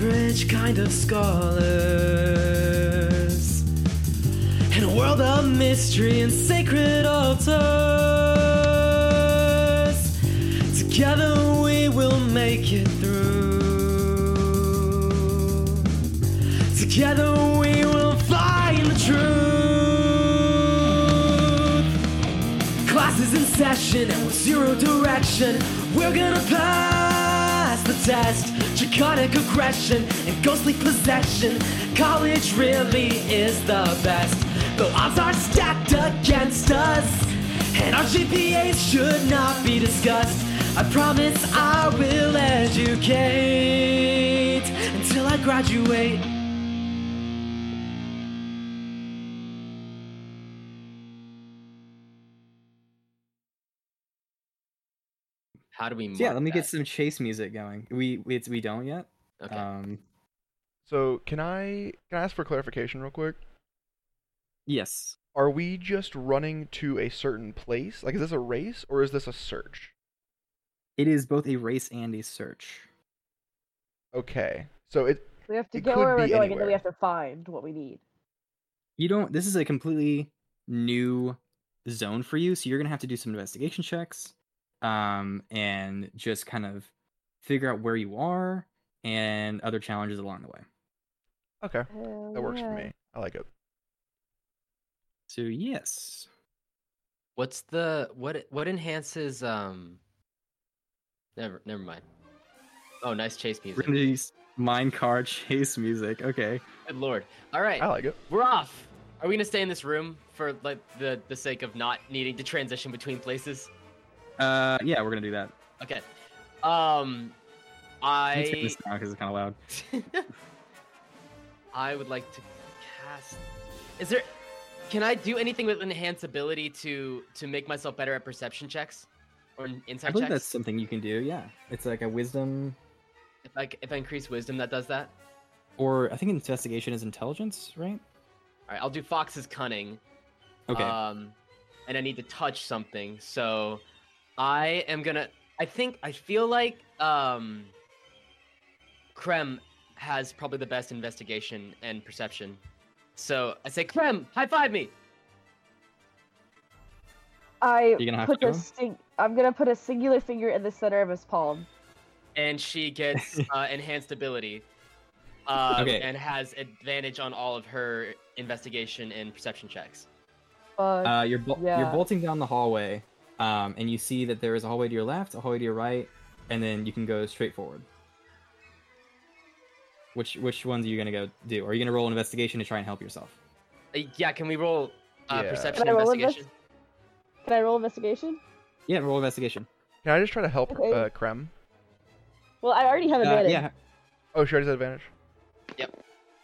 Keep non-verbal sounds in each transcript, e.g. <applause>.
rich kind of scholars in a world of mystery and sacred altars. Together we will make it through. Together we will find the truth. Class is in session and with zero direction, we're gonna pass the test. Draconic aggression and ghostly possession. College really is the best. The odds are stacked against us, and our GPAs should not be discussed. I promise I will educate until I graduate. How do we? So yeah, mark let me get that? some chase music going. We we, it's, we don't yet. Okay. Um, So can I can I ask for clarification real quick? yes. Are we just running to a certain place? Like, is this a race or is this a search? It is both a race and a search. Okay. So it We have to It get could where we're be going, and then we anywhere. have to find what we need. You don't. This is a completely new zone for you, so you're gonna have to do some investigation checks, um, and just kind of figure out where you are and other challenges along the way. okay. Hell That works for yeah. me. I like it. So yes, What's the what? What enhances? Um. Never. Never mind. Oh, nice chase we're music. gonna do s- mine car <laughs> chase music. Okay. Good lord. All right, I like it. we're off. Are we gonna stay in this room for like the the sake of not needing to transition between places? Uh, yeah, we're gonna do that. Okay. Um, Let me I. turn this down because it's kind of loud. I would like to cast. Is there? Can I do anything with enhance ability to to make myself better at perception checks or in- I insight believe checks? that's something you can do. Yeah, it's like a wisdom, If I c- if I increase wisdom, that does that. or I think investigation is intelligence, right? All right, I'll do fox's cunning. Okay. Um, and I need to touch something, so I am gonna. I think I feel like um, Krem has probably the best investigation and perception. So I say, Krem, high five me. I You're gonna have put to? a sing- I'm gonna put a singular finger in the center of his palm. and she <laughs> gets uh, enhanced ability um, Okay. and has advantage on all of her investigation and perception checks Fuck. Uh, you're bol- yeah. you're bolting down the hallway, um, and you see that there is a hallway to your left, a hallway to your right, and then you can go straight forward. Which which ones are you gonna go do? Are you gonna roll an investigation to try and help yourself? Uh, yeah can we roll uh, Yeah. perception Can I roll investigation Can I roll investigation? Yeah, roll investigation. Can I just try to help Okay. uh, Krem? Well, I already have Uh, advantage. yeah, Oh, she already <laughs> said advantage.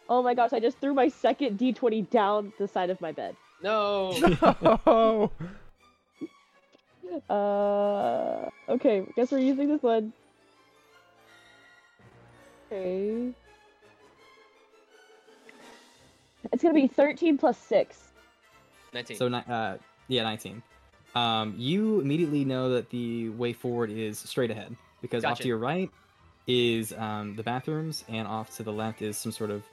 Oh my gosh! I just threw my second D20 down the side of my bed. no <laughs> No. Uh, okay. Guess we're using this one. Okay. It's gonna be 13 plus six. 19 So, ni- uh, yeah, 19. Um, you immediately know that the way forward is straight ahead because off Gotcha. to your right is um, the bathrooms, and off to the left is some sort of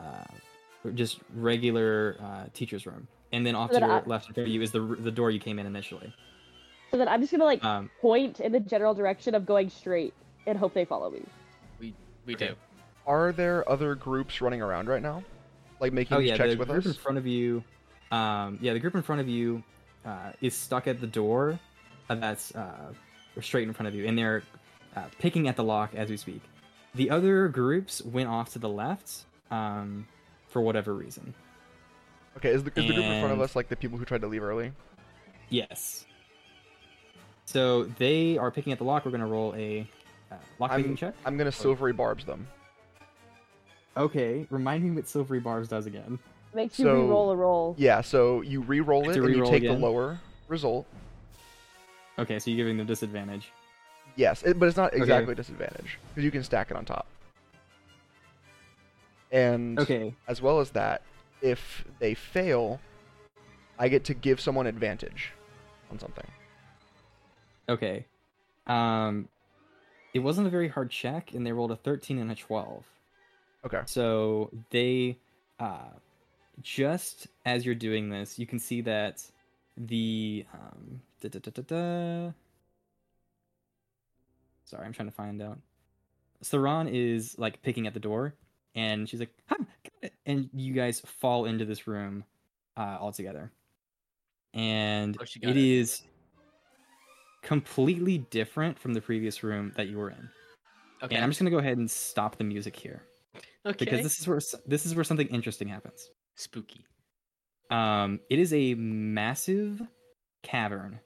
uh, just regular uh, teacher's room. And then off to Then your I- left in front of you is the, r- the door you came in initially. So then I'm just gonna like Um, point in the general direction of going straight and hope they follow me. we okay. do Are there other groups running around right now? Like making oh, these yeah, checks the with group us? in front of you. Um, yeah, the group in front of you uh, is stuck at the door uh, that's uh, straight in front of you, and they're uh, picking at the lock as we speak. The other groups went off to the left um, for whatever reason. Okay, is the, is the group in front of And- us like the people who tried to leave early? Yes. So they are picking at the lock. We're going to roll a uh, lock picking I'm- check. Oh. I'm gonna silvery barbs them. Okay, remind me what Silvery Barbs does again. Makes you So- re-roll a roll. <sighs> Yeah, so you re-roll I it have to and you re-roll take again? the lower result. Okay, so you're giving them disadvantage. Yes, it, but it's not Okay. exactly disadvantage because you can stack it on top. And Okay, as well as that, if they fail, I get to give someone advantage on something. Okay. Um, it wasn't a very hard check, and they rolled a 13 and a 12. Okay. So they, uh, just as you're doing this, you can see that the um, da, da, da, da, da. sorry, I'm trying to find out. Saran is like picking at the door, and she's like, "Huh, got it!" And you guys fall into this room uh, all together, and Oh, she got it it. is completely different from the previous room that you were in. Okay. And I'm just gonna go ahead and stop the music here okay. because this is where s- this is where something interesting happens. Spooky. Um, it is a massive cavern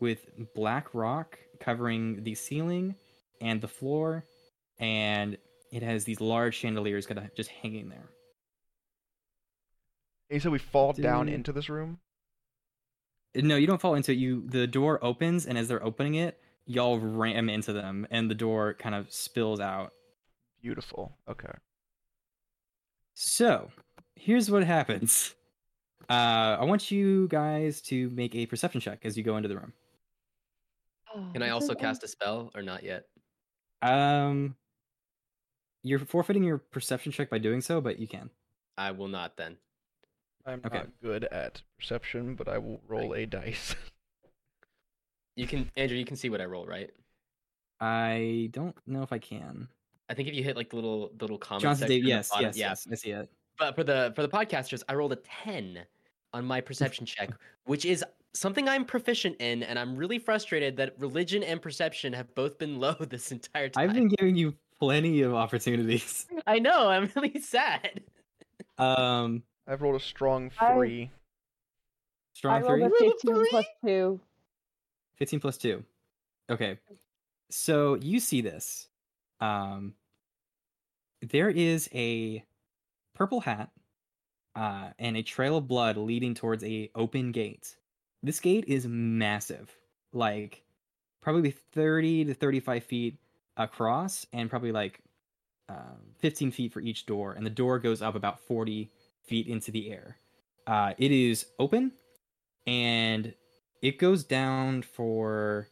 with black rock covering the ceiling and the floor, and it has these large chandeliers kind of just hanging there. And you said we fall down Dude. into this room. No, you don't fall into it. You the door opens, and as they're opening it, y'all ram into them, and the door kind of spills out. Beautiful. Okay. So, here's what happens. Uh, I want you guys to make a perception check as you go into the room. Can I also cast a spell or not yet? Um, you're forfeiting your perception check by doing so, but you can. I will not then. I'm Okay. not good at perception, but I will roll a dice. <laughs> You can, Andrew. You can see what I roll, right? I don't know if I can. I think if you hit like the little the little comment Johnson section at Dave, the yes, bottom- yes, yeah. yes, I see it. But for the for the podcasters, I rolled a ten on my perception check, which is something I'm proficient in, and I'm really frustrated that religion and perception have both been <laughs> low this entire time. I've been giving you plenty of opportunities. <laughs> I know. I'm really <laughs> sad. Um, I've rolled a strong I- three. I strong rolled three, a Roll a 15 plus 2. 15 plus two. Okay, so you see this. Um, there is a purple hat, uh, and a trail of blood leading towards a open gate. This gate is massive, like probably 30 to 35 feet across, and probably like uh, 15 feet for each door. And the door goes up about 40 feet into the air. Uh, it is open, and it goes down for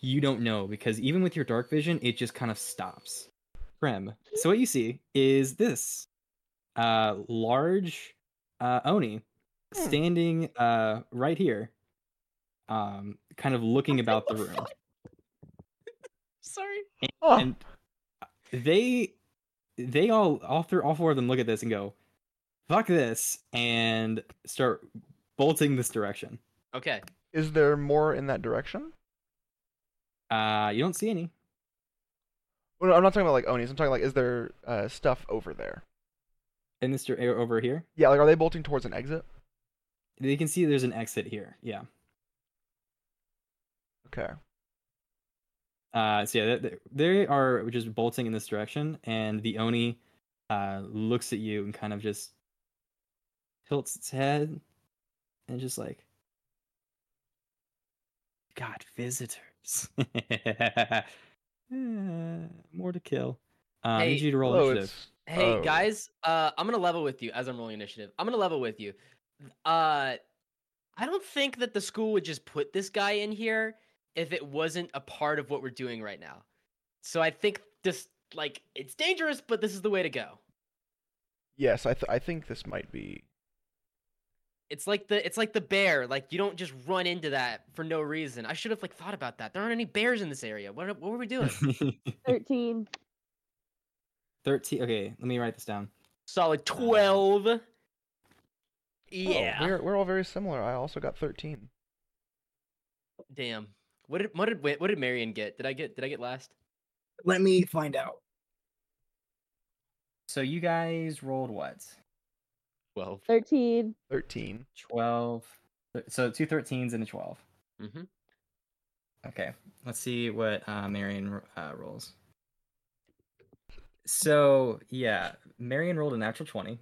you don't know because even with your dark vision, it just kind of stops. Prem. So what you see is this uh large uh Oni standing uh right here. Um kind of looking about the room. Sorry. Oh, And they they all all three all four of them look at this and go, fuck this, and start bolting this direction. Okay. is there more in that direction? Uh you don't see any. Well, Oh, no, I'm not talking about like Onis. I'm talking like, is there uh, stuff over there? And this dir- over here. Yeah, like are they bolting towards an exit? They can see there's an exit here. Yeah. Okay. Uh, so yeah, they, they are just bolting in this direction, and the Oni uh, looks at you and kind of just tilts its head and just like, "Got visitors. <laughs> Eh, more to kill." Um, I Hey, need you to roll Hello, initiative. Oh, it's- Hey Oh. guys, uh, I'm gonna level with you as I'm rolling initiative. I'm gonna level with you. Uh, I don't think that the school would just put this guy in here if it wasn't a part of what we're doing right now. So I think just like it's dangerous, but this is the way to go. Yes, I th- I think this might be. It's like the it's like the bear. Like you don't just run into that for no reason. I should have like thought about that. There aren't any bears in this area. What what were we <laughs> doing? 13. <laughs> Thirteen. Okay, let me write this down. Solid twelve. Yeah. Oh, we're we're all very similar. I also got 13. Damn. What did what did Wi- what did Marion get? Did I get did I get last? Let me find out. So you guys rolled what? Twelve. 13. 13. Twelve. So two 13s and a twelve. Mm-hmm. Okay, let's see what uh, Marion uh, rolls. So yeah, Marion rolled a natural twenty.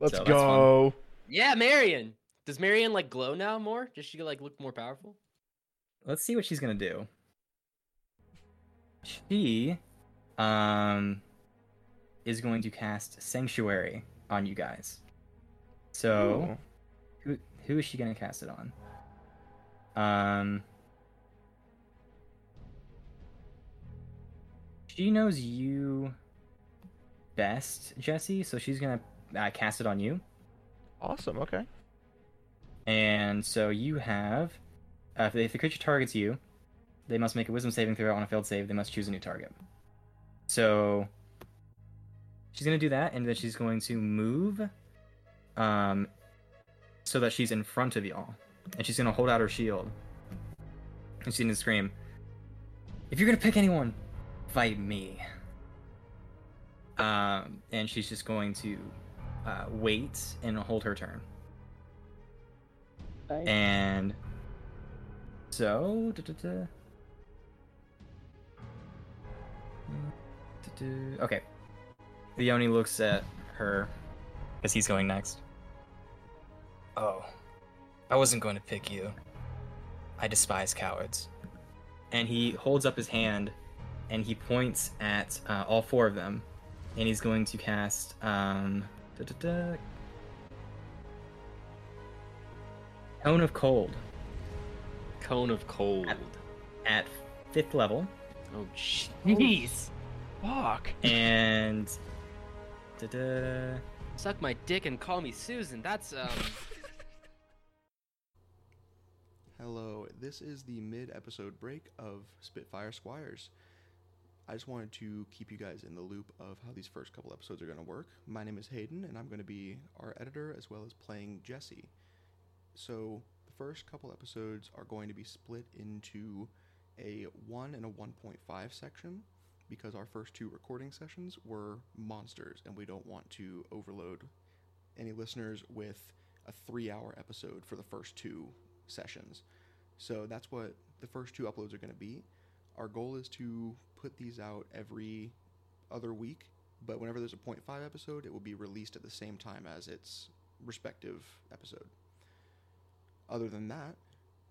Let's So that's fun. go. Yeah, Marion. Does Marion like glow now more? Does she like look more powerful? Let's see what she's gonna do. She, um, is going to cast Sanctuary on you guys. So Ooh. who who is she gonna cast it on? Um, she knows you. best, Jesse. So she's gonna uh, cast it on you, Awesome. Okay. and so you have. Uh, if, if the creature targets you, they must make a Wisdom saving throw. On a failed save, they must choose a new target. So she's gonna do that, and then she's going to move, um, so that she's in front of y'all, and she's gonna hold out her shield, and she's gonna scream, "If you're gonna pick anyone, fight me." Um, and she's just going to uh, wait and hold her turn. Nice. And so, duh, duh, duh. Mm, duh, duh. okay. The Oni looks at her because he's going next. Oh, I wasn't going to pick you. I despise cowards. And he holds up his hand and he points at uh, all four of them. And he's going to cast. Um, duh, duh, duh. Cone of Cold Cone of cold. at fifth level. Oh jeez. Fuck. and da-da. Suck my dick and call me Susan. That's um. Hello, this is the mid episode break of Spitfire Squires. I just wanted to keep you guys in the loop of how these first couple episodes are going to work. My name is Hayden, and I'm going to be our editor as well as playing Jesse. So, the first couple episodes are going to be split into a 1 and a 1.5 section because our first two recording sessions were monsters, and we don't want to overload any listeners with a three hour episode for the first two sessions. So that's what the first two uploads are going to be. Our goal is to put these out every other week, but whenever there's a 0.5 episode, it will be released at the same time as its respective episode. Other than that,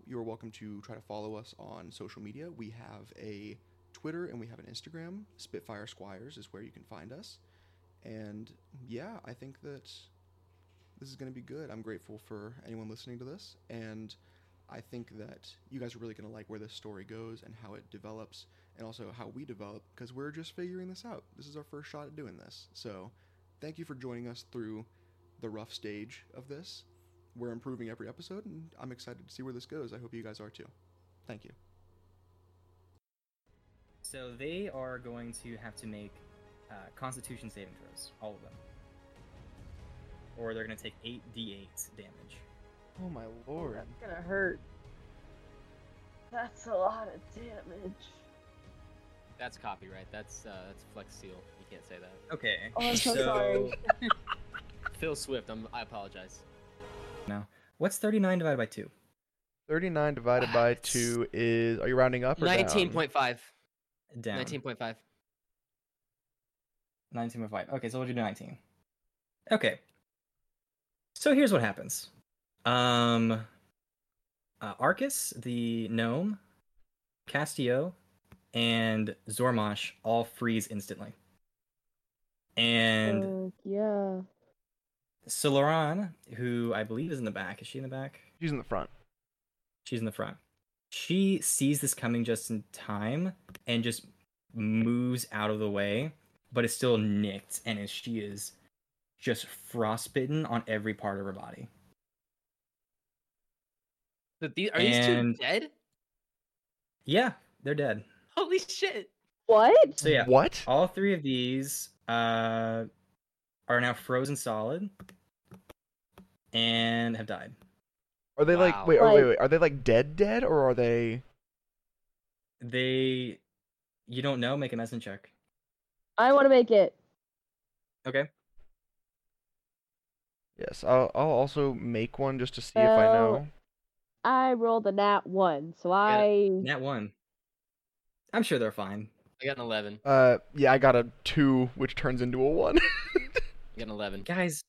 you're welcome to try to follow us on social media. We have a Twitter and we have an Instagram. Spitfire Squires is where you can find us. And yeah, I think that this is going to be good. I'm grateful for anyone listening to this, and I think that you guys are really going to like where this story goes and how it develops, and also how we develop because we're just figuring this out. This is our first shot at doing this. So, thank you for joining us through the rough stage of this. We're improving every episode, and I'm excited to see where this goes. I hope you guys are too. Thank you. so they are going to have to make uh, constitution saving throws all of them or they're going to take 8d8 damage Oh my Oh, lord. that's gonna hurt. That's a lot of damage. That's copyright. That's uh, that's Flex Seal. You can't say that. okay Oh, I'm so sorry. Phil Swift. I'm, I apologize. what's 39 divided by 2 Thirty-nine divided by Ah, two is. Are you rounding up or down? Nineteen point five. down Nineteen point five. 19.5. Okay, so we'll do 19. Okay. So here's what happens. Um uh, Arcus, the gnome, Castio, and Zormash all freeze instantly. And Fuck, yeah. Solaran, who I believe is in the back, is she in the back? She's in the front. She's in the front. She sees this coming just in time and just moves out of the way, but is still nicked, and is she is just frostbitten on every part of her body. But these, are these two And- dead? <laughs> Yeah, they're dead. Holy shit! What? So yeah, What? all three of these uh, are now frozen solid and have died. Are they Wow. like? Wait, oh, wait, Like- wait. Are they like dead, dead, or are they? They, you don't know. Make a medicine check. I want to make it. Okay. Yes. I'll, I'll also make one just to see if I Well, know. I rolled a nat one, so I. Nat one. I'm sure they're fine. I got an eleven. Uh, yeah, I got a two, which turns into a one. <laughs> I got an eleven. guys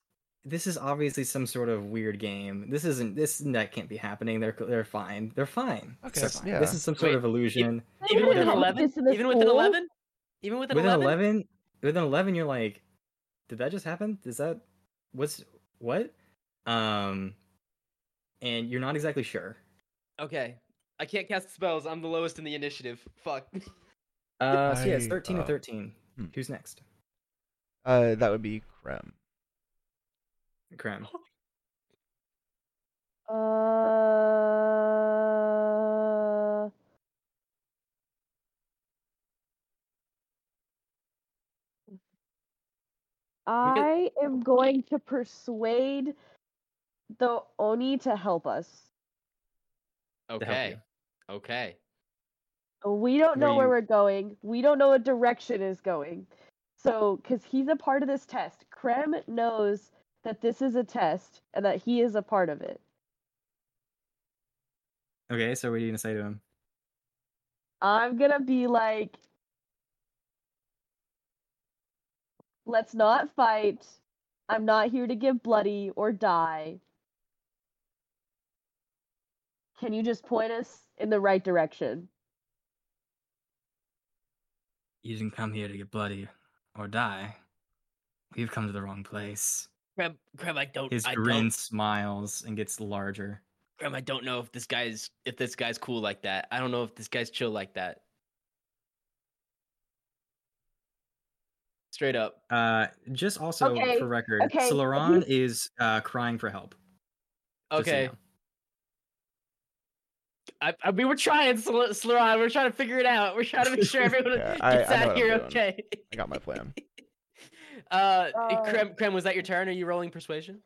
this is obviously some sort of weird game this isn't this that can't be happening they're they're fine they're fine, Okay, They're fine. yeah. this is some sort Wait, of illusion Even with an They <laughs> have eleven. this in the Even with an school? eleven. Even with an with an eleven. 11 with an 11 you're like did that just happen is that what's what um and you're not exactly sure Okay. I can't cast spells. I'm the lowest in the initiative. Fuck. <laughs> uh so yeah it's I, 13 to uh, 13 hmm. who's next Uh, that would be Krem. Krem. Oh. Uh. I am going to persuade the Oni to help us. To help Okay. you. Okay. We don't know Where where you- we're going. We don't know what direction is going. So, because he's a part of this test, Krem knows that this is a test and that he is a part of it. Okay, so what are you gonna say to him? I'm gonna be like, let's not fight. I'm not here to get bloody or die. Can you just point us in the right direction? You didn't come here to get bloody or die. You've come to the wrong place. Graham, Graham, I don't. His Oh, I grin don't, smiles and gets larger. Graham, I don't know if this guy's if this guy's cool like that. I don't know if this guy's chill like that. Straight up. Uh, just also Okay, for record, okay, but Solaron is uh, crying for help. just so you Okay. know. I, I mean, we're trying, Sl- Slaron. We're trying to figure it out. We're trying to make sure everyone <laughs> Yeah, I- gets I know out what I'm here doing. okay. I got my plan. <laughs> Uh, Uh, Krem, Krem, was that your turn? Are you rolling persuasion?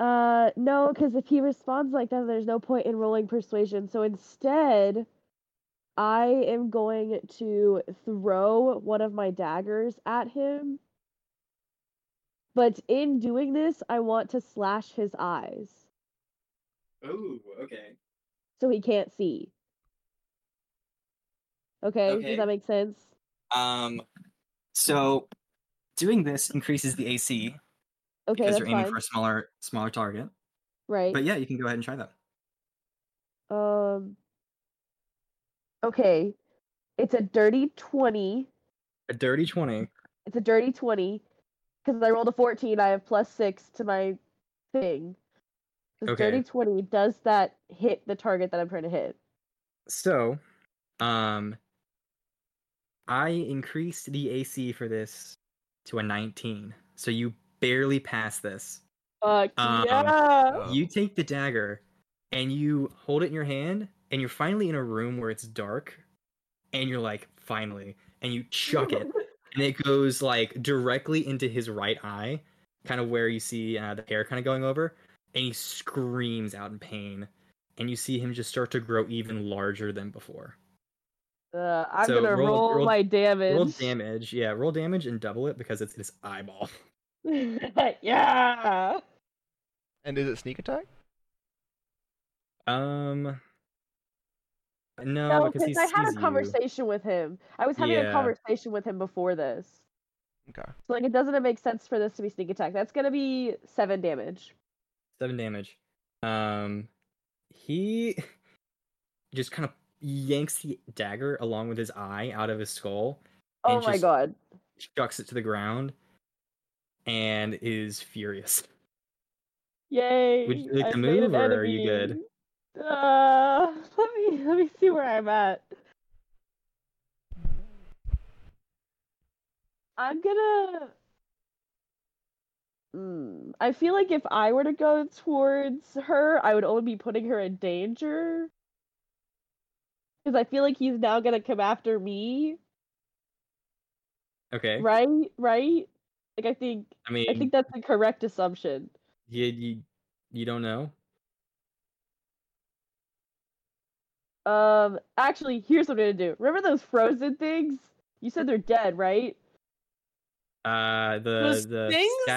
Uh, no, because if he responds like that, there's no point in rolling persuasion. So instead, I am going to throw one of my daggers at him. But in doing this, I want to slash his eyes Ooh, okay. so he can't see. Okay, Okay. does that make sense? Um, so doing this increases the AC Okay, because that's you're aiming fine. for a smaller, smaller target. Right. But yeah, you can go ahead and try that. Um. Okay, it's a dirty twenty. A dirty twenty. It's a dirty 20 because I rolled a 14. I have plus six to my thing. This Okay. dirty 20 does that hit the target that I'm trying to hit? So, um, I increased the AC for this to a 19. So you barely pass this. Fuck Um, yeah! You take the dagger and you hold it in your hand, and you're finally in a room where it's dark, and you're like, finally, and you chuck it, and it goes like directly into his right eye, kind of where you see uh, the hair kind of going over, and he screams out in pain, and you see him just start to grow even larger than before. <laughs> Uh, I'm so gonna roll- roll, roll- my damage. Roll <laughs> damage, yeah, roll damage and double it because it's his eyeball. <laughs> yeah! And is it sneak attack? Um, no, No, because he because I had sees a you. conversation with him. I was having Yeah. a conversation with him before this. Okay. So, like, it doesn't make sense for this to be sneak attack. That's gonna be seven damage. seven damage. Um, he <laughs> just kind of yanks the dagger along with his eye out of his skull, Oh And my just- god. chucks it to the ground, and is furious. <laughs> Yay! Would you like I to made an move, or are you good? enemy. Uh, <laughs> let me let me see where I'm at. I'm gonna. Mm, I feel like if I were to go towards her, I would only be putting her in danger. Because I feel like he's now gonna come after me, Okay, right? Right? Like I think I mean, I think that's the correct assumption. you, you you don't know. Um, actually, here's what I'm gonna do. Remember those frozen things? You said they're dead, right? Uh, the Those the things, yeah,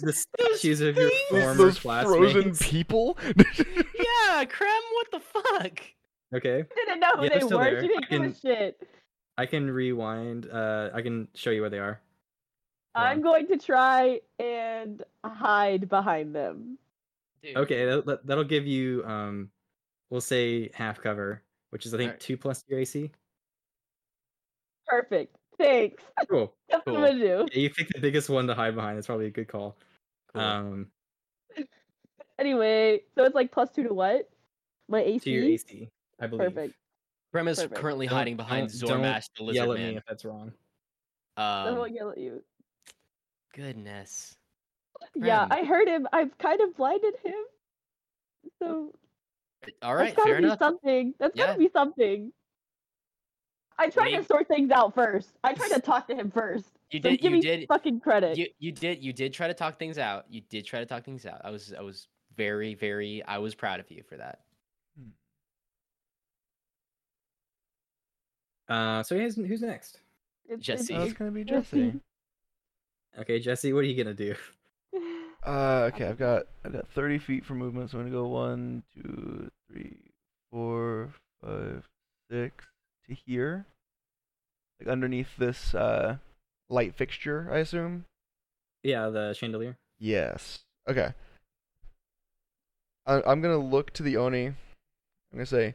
those- the those statues of your things. former Those classmates. frozen people. <laughs> yeah, Krem, what the fuck? Okay, I didn't know who Yeah, they're they still were. there. You I didn't give can- a shit. I can rewind. Uh, I can show you where they are. Hold I'm on. going to try and hide behind them. Dude, Okay, that, that- that'll give you, um, we'll say half cover, which is I think Alright. two plus your AC. Perfect. Thanks. <laughs> Cool. That's Cool. what I'm gonna do. Yeah, you pick the biggest one to hide behind. It's probably a good call. cool. Um, Anyway, so it's like plus two to what? My AC. to your AC, I believe. Perfect. Krem is perfect. currently Don't- hiding behind don't- don't Zormash the lizard Yell at me man. if that's wrong. I Um, won't yell at you. Goodness. Yeah, Crap. I heard him. I've kind of blinded him. So All right, that's gotta fair be enough. something. That's Yeah. gotta be something. I tried mean- to sort things out first. I tried to talk to him first. You So did. give you me did. fucking credit. You you did. You did try to talk things out. You did try to talk things out. I was I was very very. I was proud of you for that. Uh, so who's, who's next? It's- Jesse. That's it's- <laughs> gonna be it's Jesse. Okay, Jesse, what are you gonna do? <laughs> Jesse. Uh, okay, I've got I've got 30 feet for movement, so I'm gonna go one, two, three, four, five, six to here, like underneath this uh light fixture, I assume. Yeah, the chandelier. Yes. Okay. I, I'm gonna look to the Oni. I'm gonna say,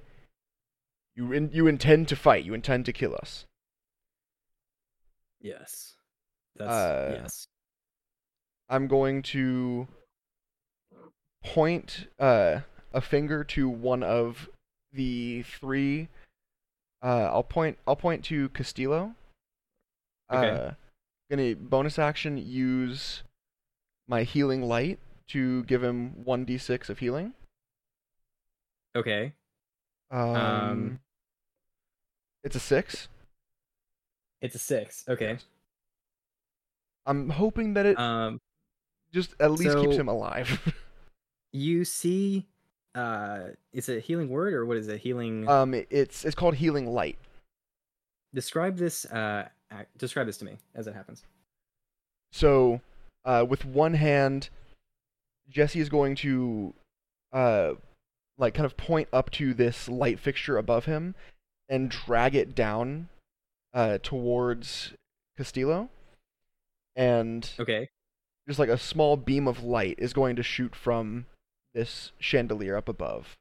you in, you intend to fight. You intend to kill us. Yes. That's Uh, yes. I'm going to point uh, a finger to one of the three. Uh, I'll point. I'll point to Castillo. Okay. Uh, gonna bonus action use my healing light to give him one d6 of healing. Okay. Um, Um, it's a six. It's a six. Okay. I'm hoping that it Um, just at least keeps so- <laughs> him alive. you see, uh, is it healing word or what is it? Healing. um, it- it's it's called healing light. describe this. Uh, ac- describe this to me as it happens. So, uh, with one hand, Jesse is going to, uh, like, kind of point up to this light fixture above him and drag it down uh, towards Castillo. And Okay. just like a small beam of light is going to shoot from this chandelier up above.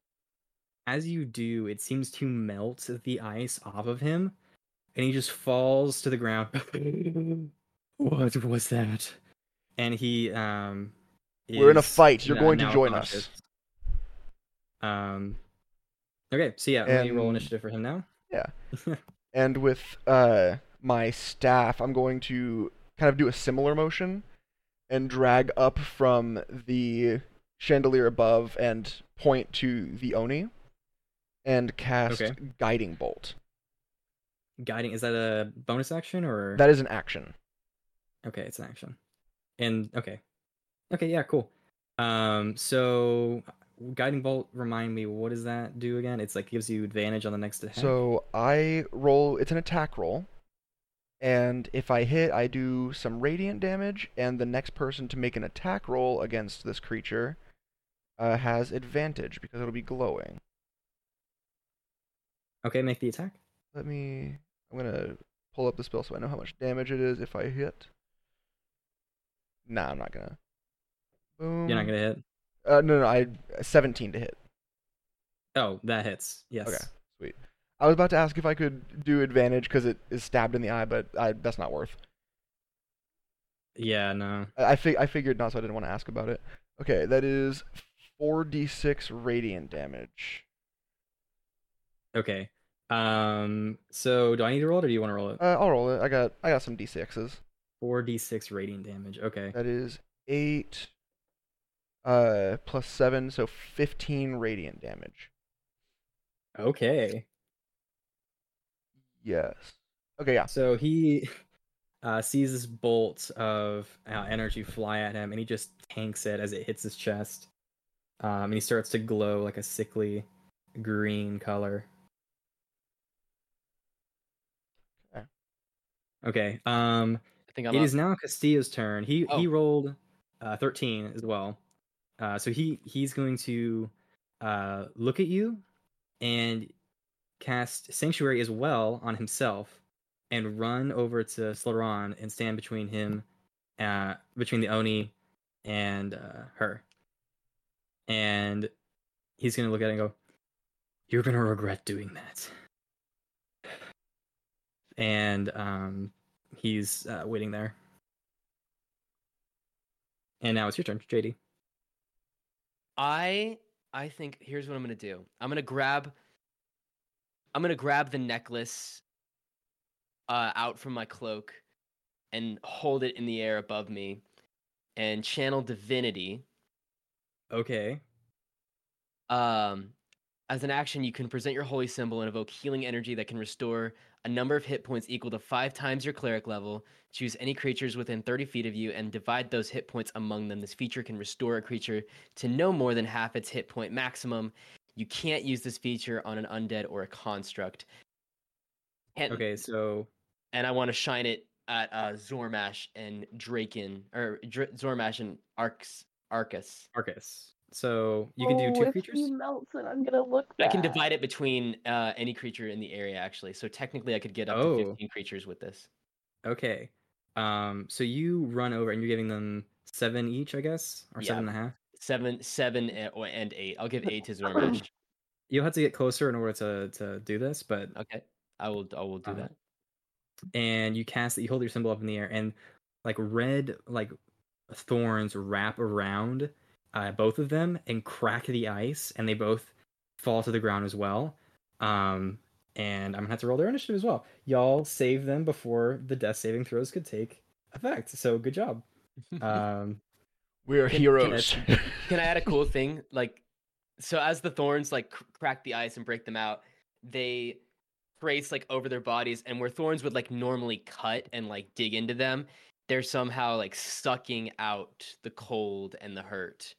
As you do, it seems to melt the ice off of him, and he just falls to the ground. <laughs> what was that? And he um. We're in a is, fight. You're uh, going to now join conscious. us. Um. Okay. So yeah, let me roll And- initiative for him now. Yeah. and with uh, my staff, I'm going to kind of do a similar motion and drag up from the chandelier above and point to the Oni and cast Okay. Guiding Bolt. Guiding is that a bonus action or That is an action. Okay, it's an action. And okay. Okay, yeah, cool. Um so guiding bolt remind me what does that do again? It's like gives you advantage on the next attack. So I roll, it's an attack roll. And if I hit, I do some radiant damage, and the next person to make an attack roll against this creature uh, has advantage because it'll be glowing. Okay, make the attack. Let me. I'm gonna pull up the spell so I know how much damage it is if I hit. Nah, I'm not gonna. Boom. You're not gonna hit. Uh, no, no, I 17 to hit. Oh, that hits. Yes. Okay, sweet. I was about to ask if I could do advantage because it is stabbed in the eye, but I, that's not worth. Yeah, no. I I, fig- I figured not, so I didn't want to ask about it. Okay, that is 4d6 radiant damage. Okay. Um so do I need to roll it or do you want to roll it? Uh, I'll roll it. I got I got some d6s. Four D six radiant damage. Okay. That is eight. Uh, plus seven, so 15 radiant damage. uh, Okay. Yes. Okay, yeah. So he uh, sees this bolt of uh, energy fly at him, and he just tanks it as it hits his chest. Um, and he starts to glow like a sickly green color. Okay. Okay. Um, I think it I'm. is up. now Castillo's turn. He he Oh. rolled uh, thirteen as well. Uh, so he he's going to uh, look at you and cast sanctuary as well on himself and run over to Slaran and stand between him uh, between the Oni and uh, her. And he's gonna look at it and go, "You're gonna regret doing that." And um, he's uh, waiting there. And now it's your turn, JD. I I think here's what I'm gonna do. I'm gonna grab I'm gonna grab the necklace uh, out from my cloak and hold it in the air above me and channel divinity. Okay. Um, as an action, you can present your holy symbol and evoke healing energy that can restore a number of hit points equal to five times your cleric level. Choose any creatures within 30 feet of you and divide those hit points among them. This feature can restore a creature to no more than half its hit point maximum. You can't use this feature on an undead or a construct. Can't- Okay. So and I want to shine it at uh, Zormash and Draken, or Dr- Zormash and Arx Arcus. Arcus. So you can do Oh, two if creatures. He melts it. I'm gonna look. I can back. divide it between uh, any creature in the area, actually. So technically, I could get up Oh. to 15 creatures with this. Okay. Um. So you run over and you're giving them seven each, I guess, or Yeah. seven and a half. Seven, seven, and, or- and eight. I'll give eight to <laughs> Zormash. You'll have to get closer in order to to do this, but Okay, I will. I will do Uh, that. and you cast it. You hold your symbol up in the air, and like red like thorns wrap around uh, both of them and crack the ice, and they both fall to the ground as well. Um, and I'm gonna have to roll their initiative as well. Y'all save them before the death saving throws could take effect. So good job. Um, We are Can- can heroes. <laughs> Can I add a cool thing? Like, so as the thorns like cr- crack the ice and break them out, they trace like over their bodies, and where thorns would like normally cut and like dig into them, they're somehow like sucking out the cold and the hurt,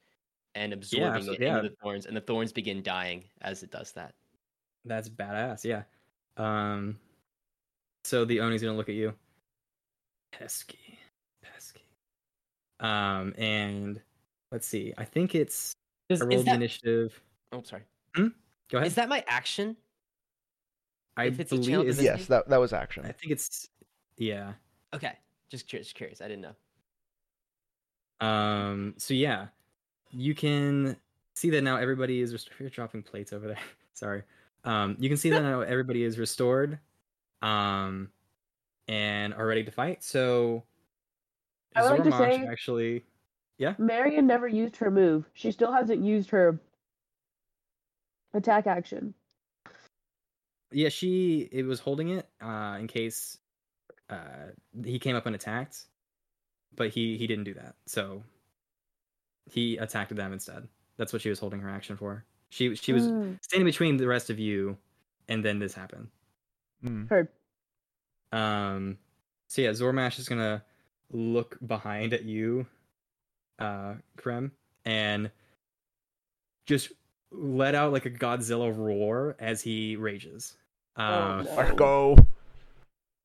and absorbing so- it yeah. into the thorns, and the thorns begin dying as it does that. that's badass. Yeah. Um, so the Oni's gonna look at you. Pesky, pesky. Um, and let's see. I think it's Does, I is rolled the that? initiative. Oh, sorry. Go ahead. Is that my action? I if it's a believe channel it's, divinity? I me? yes, that that was action. think it's yeah. Okay, just curious. Curious. I didn't know. Um. So yeah, you can see that now. Everybody is restored. <laughs> You're dropping plates over there. <laughs> Sorry. Um. You can see that now. Everybody is restored. Um, and are ready to fight. So I would like to Zormash say- actually. Marion never used her move. She still hasn't used her attack action. Yeah, she it was holding it uh in case uh he came up and attacked, but he he didn't do that. So he attacked them instead. That's what she was holding her action for. She she was Hmm. standing between the rest of you and then this happened. Mm. her. Um so yeah, Zormash is going to look behind at you uh Krem and just let out like a Godzilla roar as he rages. Uh, no. Marco.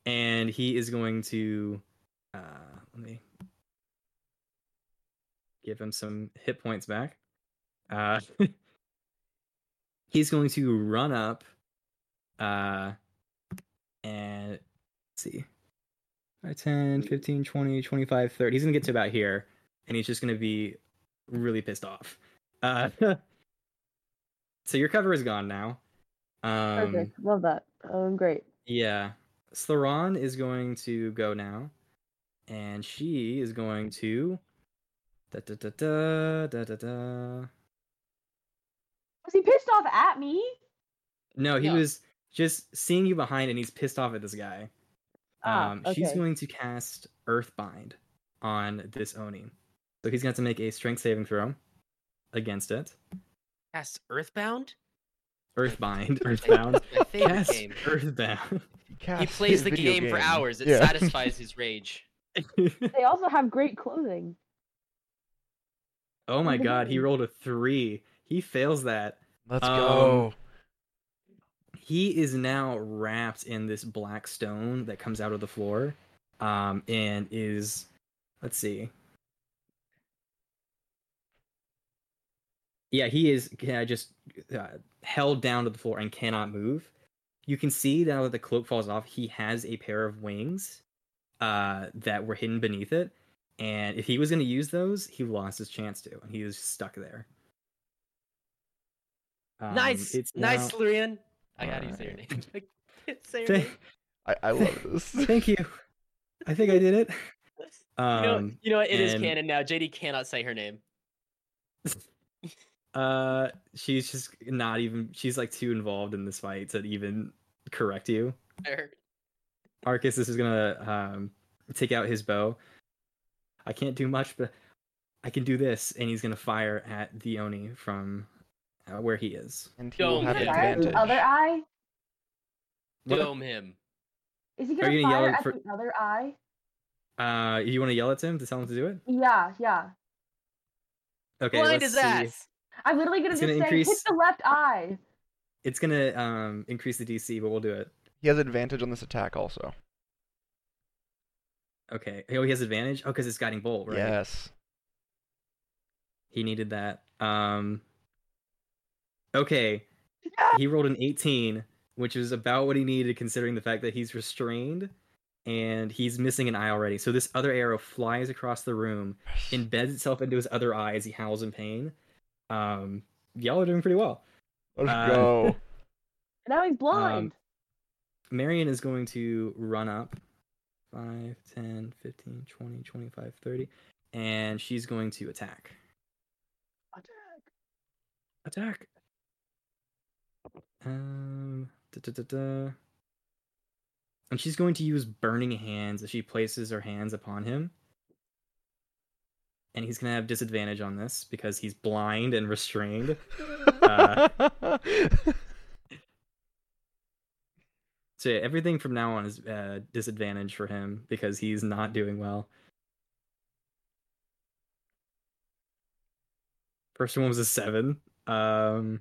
and he is going to uh let me give him some hit points back uh <laughs> he's going to run up uh and let's see Alright, 10 15 20 25 30 he's going to get to about here and he's just going to be really pissed off uh <laughs> so your cover is gone now um Perfect. Love that. Um, great. yeah. Slaron is going to go now. And she is going to. Da, da, da, da, da, da, da. Was he pissed off at me? No, he Yeah. was just seeing you behind and he's pissed off at this guy. Ah, Um, She's okay. going to cast Earthbind on this Oni. So he's going to make a strength saving throw against it. Cast Earthbound. <laughs> Earthbind. Earthbound. My favorite Cast game. Earthbound. <laughs> He Cast plays his the video game, for hours. It Yeah. satisfies his rage. They also have great clothing. oh my Look at god, he him. rolled a three. He fails that. <laughs> Let's Um, go. he is now wrapped in this black stone that comes out of the floor um and is let's see yeah he is yeah, just uh, held down to the floor and cannot move you can see now that the cloak falls off he has a pair of wings uh that were hidden beneath it and if he was going to use those he lost his chance to and he is stuck there <laughs> Um, nice, nice, now- Lurian. I gotta use your name. Alright. <laughs> I can't say <laughs> your Th- name. I, I love <laughs> this. Thank you. I think I did it. you know, Um, you know what? It is and- canon now. JD cannot say her name. uh, she's just not even. She's like too involved in this fight to even correct you. Fair. Arcus, this is gonna um take out his bow. I can't do much, but I can do this, and he's gonna fire at the Oni from uh, where he is. And he will Don't have hit. Fire at the advantage. other eye? What? Dome him. Is he Are gonna you gonna yell fire it at for- the other eye? Uh, you want to yell at him to tell him to do it? Yeah, yeah. Okay. Blind let's his see. ass. I'm literally gonna It's just gonna say hit increase- the left eye. It's gonna um increase the DC, but we'll do it. He has advantage on this attack also. Okay. Oh, he has advantage. Oh, because it's guiding bolt, right? Yes. He needed that. Um. Okay. He rolled an 18, which is about what he needed, considering the fact that he's restrained and he's missing an eye already. So this other arrow flies across the room, embeds itself into his other eye as he howls in pain. Um, y'all are doing pretty well. Let's <laughs> Uh, go. <laughs> Um, And now he's blind. Marion is going to run up 5, 10, 15, 20, 25, 30, and she's going to attack. Attack! Um, da, da, da, da. And she's going to use burning hands as she places her hands upon him. And he's going to have disadvantage on this because he's blind and restrained. Uh, So yeah, everything from now on is uh, disadvantage for him because he's not doing well. First one was a seven, um,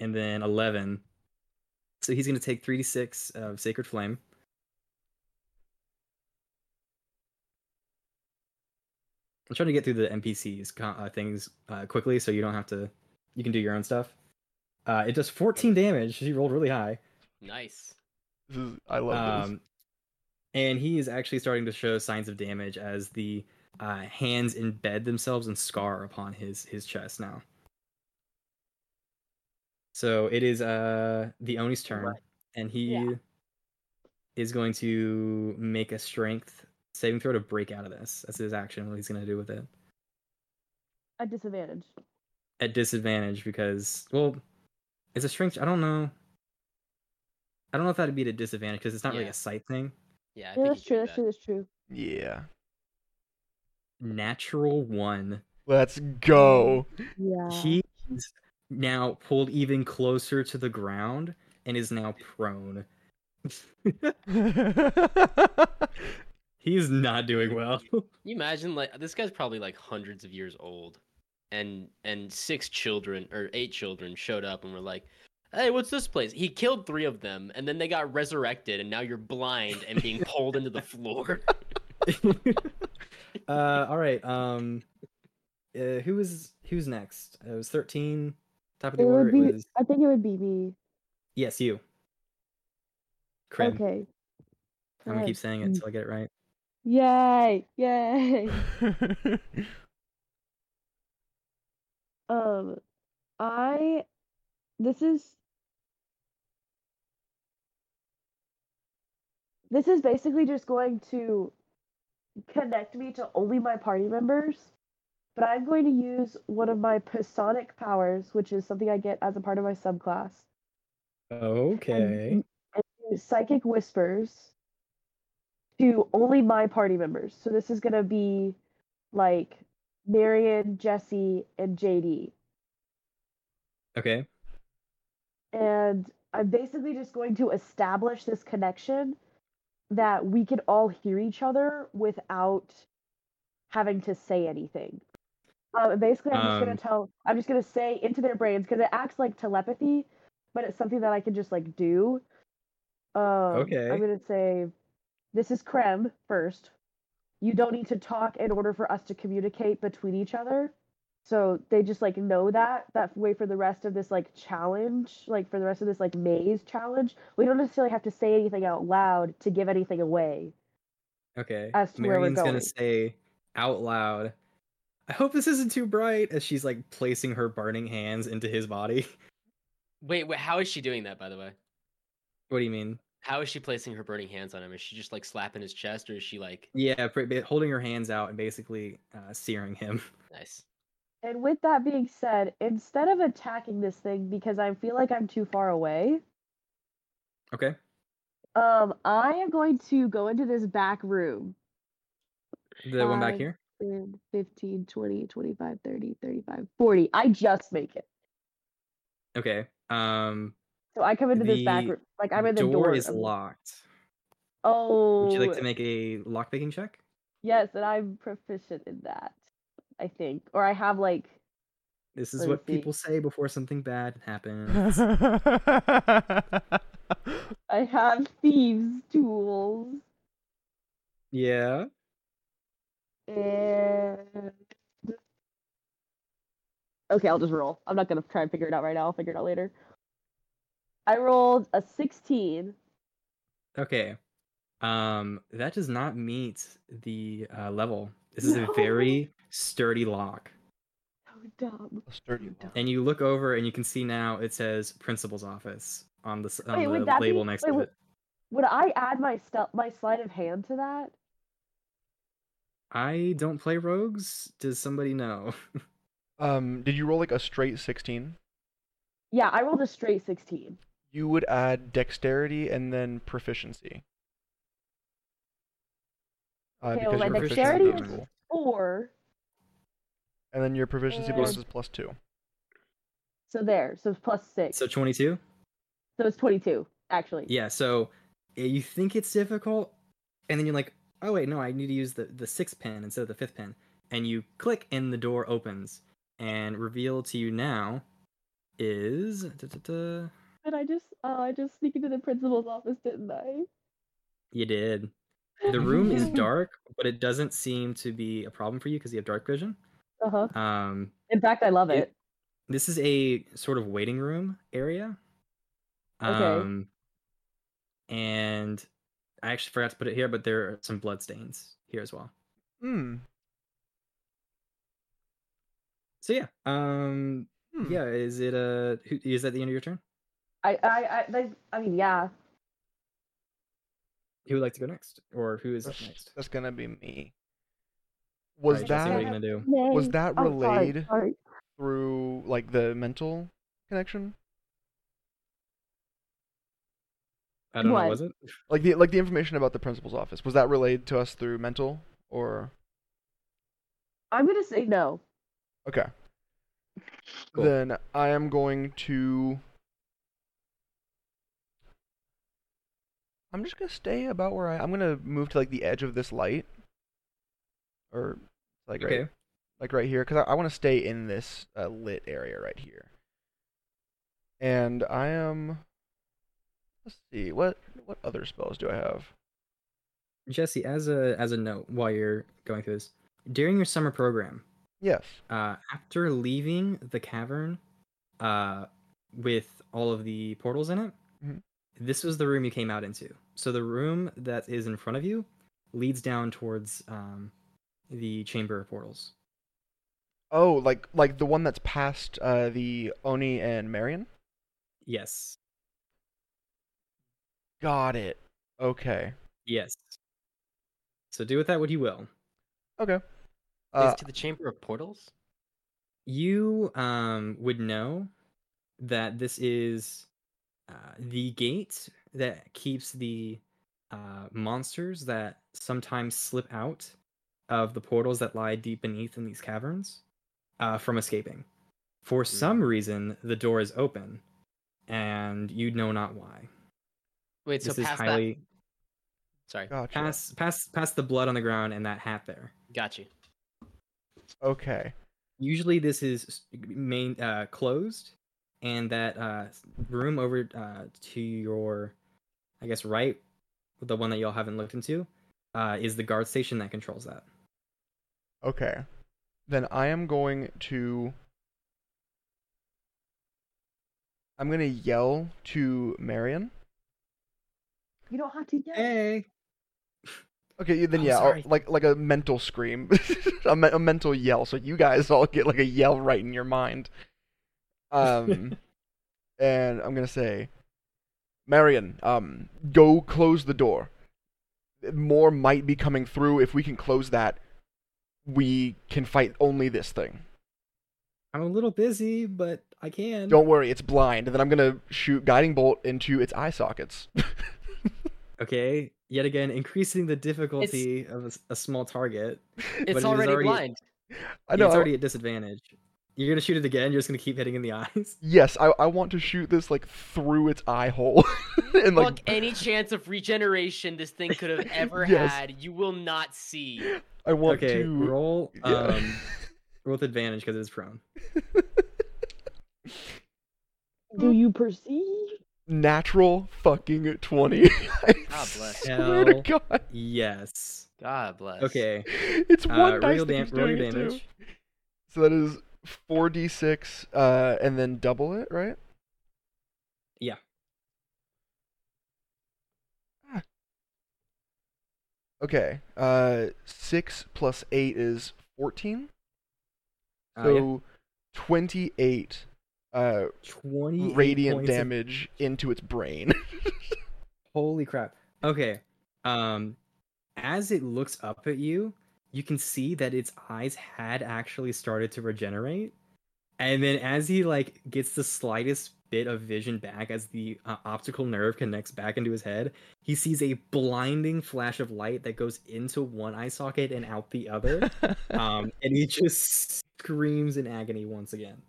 and then eleven. So he's going to take three d six of sacred flame. I'm trying to get through the NPCs co- uh, things uh, quickly, so you don't have to. You can do your own stuff. Uh, it does 14 damage. She rolled really high. Nice. This is, I love this. Um, and he is actually starting to show signs of damage as the uh, hands embed themselves and scar upon his his chest now. So it is uh the Oni's turn, Right. and he Yeah. is going to make a strength saving throw to break out of this. That's his action. What he's going to do with it A disadvantage. at disadvantage because well, it's a strength. I don't know. I don't know if that'd be at a disadvantage because it's not really Yeah. a sight thing. Yeah, I Yeah, think that's he true. can do That's true. That's true. Yeah. Natural one. Let's <laughs> go. <laughs> Yeah. He is now pulled even closer to the ground and is now prone. <laughs> He's not doing well. Can you imagine like this guy's probably like hundreds of years old, and and six children or eight children showed up and were like, "Hey, what's this place?" He killed three of them, and then they got resurrected, and now you're blind and being pulled into the <laughs> floor. <laughs> uh, all right. Um, uh, who was who's next? It was thirteen. Top of the It would order. be- It was I think it would be me. yes, you. Krim. Okay. Mm. I'm gonna keep Good. saying it until I get it right. Yay! Yay! <laughs> Um, I. This is. This is basically just going to connect me to only my party members, but I'm going to use one of my psionic powers, which is something I get as a part of my subclass. Um, Okay. and do psychic whispers to only my party members. So this is gonna be like Marion, Jesse, and JD. Okay. And I'm basically just going to establish this connection that we can all hear each other without having to say anything. Um, and basically, I'm just Um, gonna tell. I'm just gonna say into their brains because it acts like telepathy, but it's something that I can just like do. Um, Okay. I'm gonna say, this is Krem first. You don't need to talk in order for us to communicate between each other. So they just like know that that way for the rest of this like challenge, like for the rest of this like maze challenge, we don't necessarily have to say anything out loud to give anything away. Okay. as to where we're Marion's going. gonna say out loud, "I hope this isn't too bright," as she's like placing her burning hands into his body. <laughs> wait, wait, how is she doing that? By the way, What do you mean? how is she placing her burning hands on him? Is she just like slapping his chest, or is she like Yeah, pr- ba- holding her hands out and basically uh, searing him. <laughs> nice? And with that being said, instead of attacking this thing because I feel like I'm too far away, Okay. Um, I am going to go into this back room. The one back Five. here. 10, 15, 20, 25, 30, 35, 40. I just make it. Okay. Um, So I come into this back The room. Like I'm in the door. is of- locked. Oh. Would you like to make a lock picking check? Yes, and I'm proficient in that. I think, or I have like. This is Let me what see. people say before something bad happens. <laughs> That's I have thieves tools yeah. and Okay, I'll just roll. I'm not gonna try and figure it out right now. I'll figure it out later. I rolled a 16. Okay. Um, that does not meet the uh, level. This is No. a very sturdy lock. So dumb. dirty. Dumb. And you look over and you can see now it says principal's office on the, s- on Wait, would the that label be- next wait, to would- it. Would I add my stealth, my sleight of hand to that? I don't play rogues. Does somebody know? Um, did you roll like a straight 16? Yeah, I rolled a straight 16. You would add dexterity and then proficiency. Uh, Okay, well, because my you're proficient in dexterity those is rules. Four. And then your proficiency bonus and- is plus two. So there. So it's plus six. so 22? so it's 22, actually. Yeah, so eh, you think it's difficult, and then you're like, oh wait, no, I need to use the, the sixth pin instead of the fifth pin. And you click, and the door opens, and revealed to you now is. da, da, da, But I just, oh, I just sneak into the principal's office, didn't I? You did. The room <laughs> is dark, but it doesn't seem to be a problem for you because you have dark vision. Uh huh. Um, In fact, I love It- it. this is a sort of waiting room area. Okay. Um, and I actually forgot to put it here, but there are some bloodstains here as well. Hmm. So yeah, um, hmm. yeah, is it uh, who, is that the end of your turn? I, I, I, they- I mean, yeah. Who would like to go next, or who is up That's, next? that's gonna be me. Was Alright, Jesse, what are you that gonna do? was that Oh, sorry, relayed sorry. through like the mental connection? I don't know. What? Was it? Like the like the information about the principal's office was that relayed to us through mental or I'm gonna say no. okay? Cool. Then I am going to. I'm just gonna stay about where I. I'm gonna move to like the edge of this light, or like right, Okay. like right here, because I, I want to stay in this uh, lit area right here. And I am. Let's see what what other spells do I have? Jesse, as a as a note while you're going through this, during your summer program, Yes. uh, after leaving the cavern, uh, with all of the portals in it, Mhm. this was the room you came out into. So the room that is in front of you leads down towards um, the chamber of portals. Oh, like like the one that's past uh, the Oni and Marion. Yes. Got it. Okay. Yes. So do with that what you will. Uh, to the Chamber of Portals? You um would know that this is uh, the gate that keeps the uh, monsters that sometimes slip out of the portals that lie deep beneath in these caverns uh, from escaping. For some reason, the door is open, and you know not why. Wait, so this is past highly that. Sorry, gotcha. past past past the blood on the ground and that hat there. got you. Okay. usually this is s- main uh, closed and that uh, s- room over uh, to your i guess right the one that y'all haven't looked into uh, is the guard station that controls that Okay. Then I am going to. I'm gonna yell to Marion. You don't have to yell. hey Okay, then Oh, yeah, I'll- sorry. like like a mental scream, <laughs> a, me- a mental yell. So you guys all get like a yell right in your mind. <laughs> Um, and I'm gonna say, Marion, um, go close the door. More might be coming through. If we can close that, we can fight only this thing. i'm a little busy but i can Don't worry, it's blind. And then I'm gonna shoot guiding bolt into its eye sockets. Okay, yet again increasing the difficulty of a s- a, small target. it It's is already, already- <laughs> blind. <laughs> I know. it's I- already at disadvantage. You're gonna shoot it again. You're just gonna keep hitting in the <laughs> eyes. yes, I, I want to shoot this like through its eye hole, <laughs> and like Fuck any chance of regeneration this thing could <laughs> have ever Yes. had. You will not see. I want okay, to. roll. Yeah. Um, roll with advantage because it is prone. Do you perceive? Natural fucking twenty. <laughs> I bless. Swear to Hell. God, Yes. God bless. Okay. it's one Uh, roll dice your that dam- keeps roll your doing it, too. damage. So that is four d six, uh, and then double it, right? Yeah. Ah. Okay. Uh, six plus eight is fourteen. Uh, So yeah. twenty-eight uh, 20 radiant damage into its brain. <laughs> Holy crap. Okay. Um as it looks up at you, you can see that its eyes had actually started to regenerate. And then as he like gets the slightest bit of vision back as the uh, optical nerve connects back into his head, he sees a blinding flash of light that goes into one eye socket and out the <laughs> other. um and he just screams in agony once again.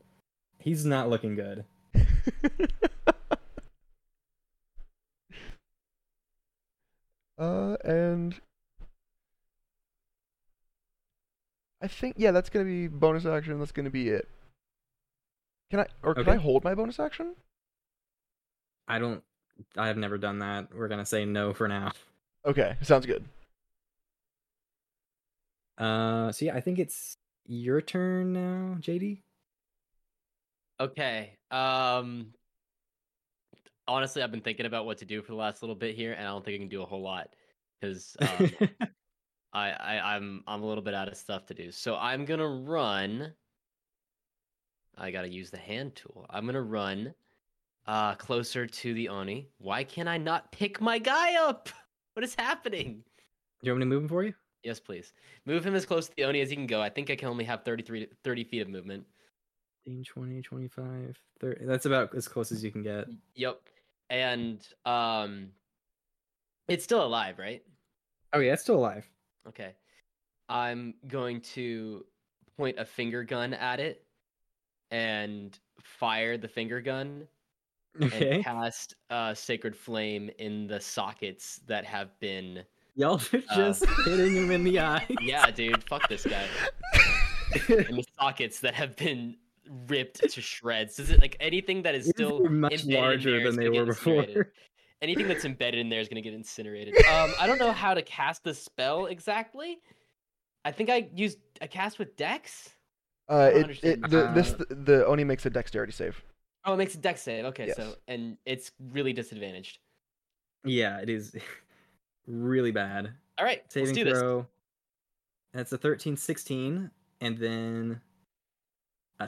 He's not looking good. <laughs> uh, and I think yeah, that's gonna be bonus action. That's gonna be it. Can I or can I Okay. hold my bonus action? I don't I've never done that. We're going to say no for now. Okay, sounds good. Uh, so yeah, I think it's your turn now, JD. <laughs> Okay. Um honestly, I've been thinking about what to do for the last little bit here, and I don't think I can do a whole lot because Uh, um, <laughs> I, I I'm I'm a little bit out of stuff to do. So I'm gonna run. I gotta use the hand tool. I'm gonna run uh closer to the Oni. Why can I not pick my guy up? <laughs> What is happening? Do you want me to move him for you? Yes, please. Move him as close to the Oni as he can go. I think I can only have 33 30 feet of movement. 15, 20, 25, 30. That's about as close as you can get. Yep. And um it's still alive, right? Oh yeah, it's still alive. Okay. I'm going to point a finger gun at it and fire the finger gun <laughs> Okay. and cast uh, sacred flame in the sockets that have been Y'all are Uh, <laughs> just hitting him in the eye. Yeah, dude, fuck this <laughs> guy. in the sockets that have been ripped to shreds. Is it like anything that is These still are much embedded in larger there is than they gonna get were before. incinerated. Anything that's embedded in there is gonna get incinerated. Um, I don't know how to cast this spell exactly. I think I used a cast with Dex. Uh, don't it, understand. it the, this Uh, the, the Oni makes a <laughs> dexterity save. <laughs> Oh, it makes a Dex save. Okay, so Yes. and it's really disadvantaged. Yeah, it is <laughs> really bad. All right, Saving let's do this. throw. That's a 13, 16, and then a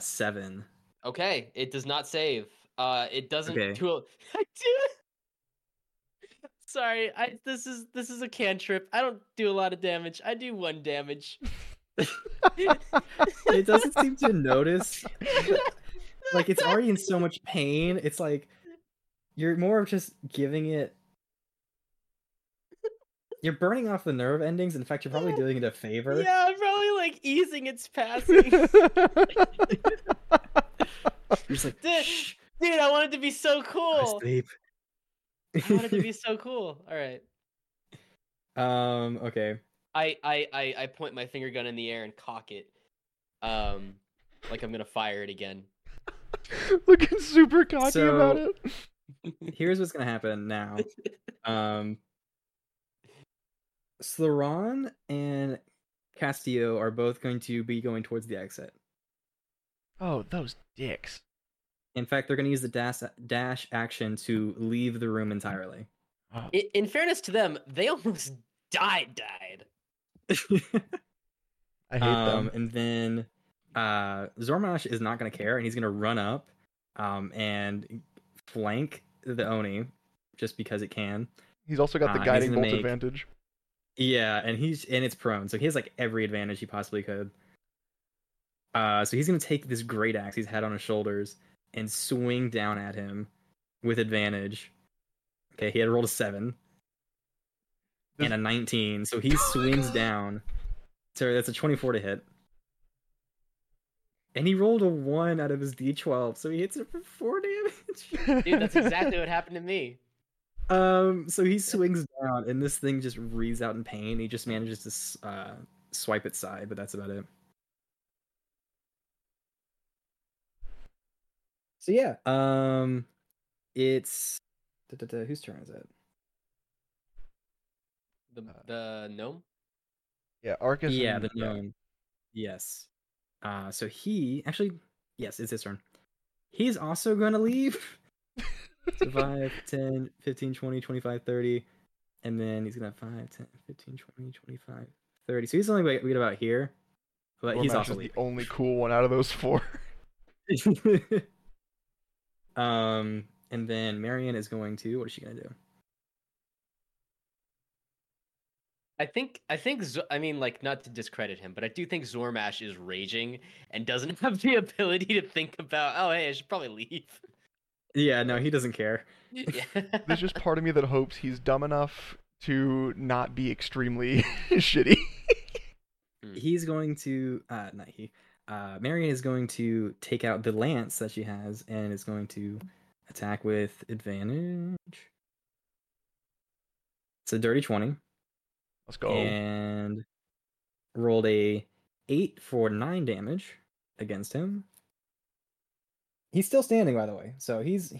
<laughs> seven. Okay, it does not save. Uh, it doesn't Okay. do. A... <laughs> I do. Sorry, I this is this is a cantrip. I don't do a lot of damage. I do one damage. It doesn't seem to notice <laughs> like it's already in so much pain. It's like you're more of just giving it. You're burning off the nerve endings. In fact, you're probably doing it a favor. Yeah, I'm probably like easing its <laughs> passing. Dude, You're just like, Dude, shh, I wanted to be so go to cool. sleep. I wanted to be so cool. All right. <laughs> um. Okay. I, I I I point my finger gun in the air and cock it. Um like I'm gonna fire it again. Looking super cocky about So- it. Here's what's gonna <laughs> happen now. Um. Slaron and Castillo are both going to be going towards the exit. Oh, those dicks. In fact, they're going to use the dash dash action to leave the <laughs> room entirely. I- in fairness to them, they almost <laughs> died died. I hate um, them. and then uh, Zormash is not going to care, and he's going to run up um, and flank the Oni just because it can. He's also got the uh, he's guiding gonna bolt make- advantage. Yeah, and he's and it's prone, so he has like every advantage he possibly could. Uh, so he's going to take this great axe he's had on his shoulders and swing down at him with advantage. Okay, he had rolled a seven. and a 19. So he swings down. Sorry, that's a 24 to hit. And he rolled a 1 out of his d12, so he hits it for 4 <laughs> damage. Dude, that's exactly what happened to me. Um, so he swings down, and this thing just reads out in pain. He just manages to s- uh, swipe its side, but that's about it. So yeah, um, it's da, da, da, whose turn is it? The, Uh, the gnome? Yeah, Arcus. yeah, and- the gnome. Yes. Uh, so he actually, yes, it's his turn. He's also going to leave. <laughs> so <laughs> 5, 10, 15, 20, 25, 30. And then he's going to 5, 10, 15, 20, 25, 30. So he's only like, right about here. But he's Gormash also is the leaving. only cool one out of those four. <laughs> <laughs> um, and then Marion is going to, what is she going to do? I think I think Z- I mean like not to discredit him, but I do think Zormash is raging and doesn't <laughs> have the ability to think about. Oh, hey, I should probably leave. Yeah, no, he doesn't care. <laughs> Yeah. <laughs> There's just part of me that hopes he's dumb enough to not be extremely <laughs> shitty. he's going to uh not he uh marion is going to take out the lance that she has and is going to attack with advantage it's a dirty 20 Let's go. and rolled a 8 for 9 damage against him he's still standing by the way so he's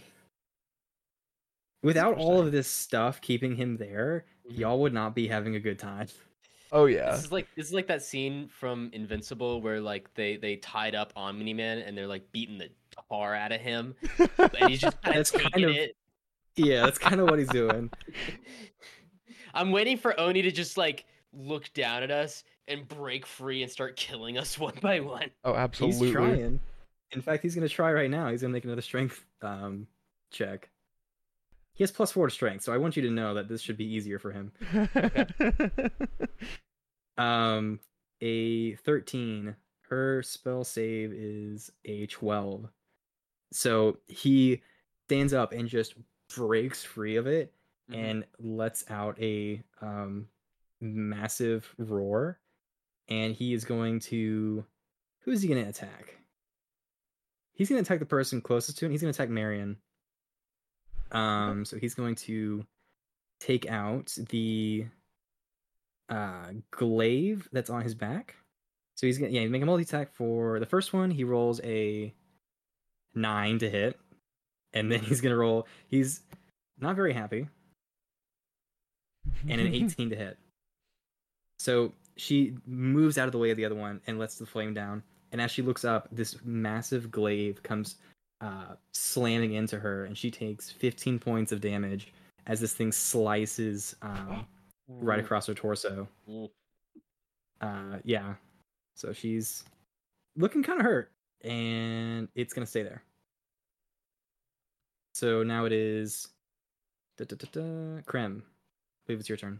without all of this stuff keeping him there Mm-hmm. Mhm. y'all would not be having a good time <laughs> Oh yeah. This is like this is like that scene from Invincible where like they they tied up Omni Man and they're like beating the tar out of him and he's just kind of That's kind taking of- it. <laughs> yeah that's kind of what he's doing I'm waiting for Oni to just like look down at us and break free and start killing us <laughs> one by one. oh, absolutely. He's <laughs> trying. In fact, he's going to try right now. He's going to make another strength um, check. He has plus four to strength, so I want you to know that this should be easier for him. Um, a 13. Her spell save is a 12. So he stands up and just breaks free of it Mhm. and lets out a um, massive roar. And he is going to. Who is he going to attack? He's going to attack the person closest to him. He's going to attack Marion. Um, so he's going to take out the uh glaive that's on his back. So he's gonna yeah, make a multi attack for the first one. He rolls a nine to hit, and then <laughs> he's gonna roll. He's not very happy, and an <laughs> eighteen to hit. So she moves out of the way of the other one and lets the flame down. And as she looks up, this massive glaive comes uh, slamming into her, and she takes fifteen points of damage as this thing slices um, right across her torso. Ooh. Uh, yeah. So she's looking kind of hurt, and it's gonna stay there. So now it is, da da da da, Krem. I believe it's your turn.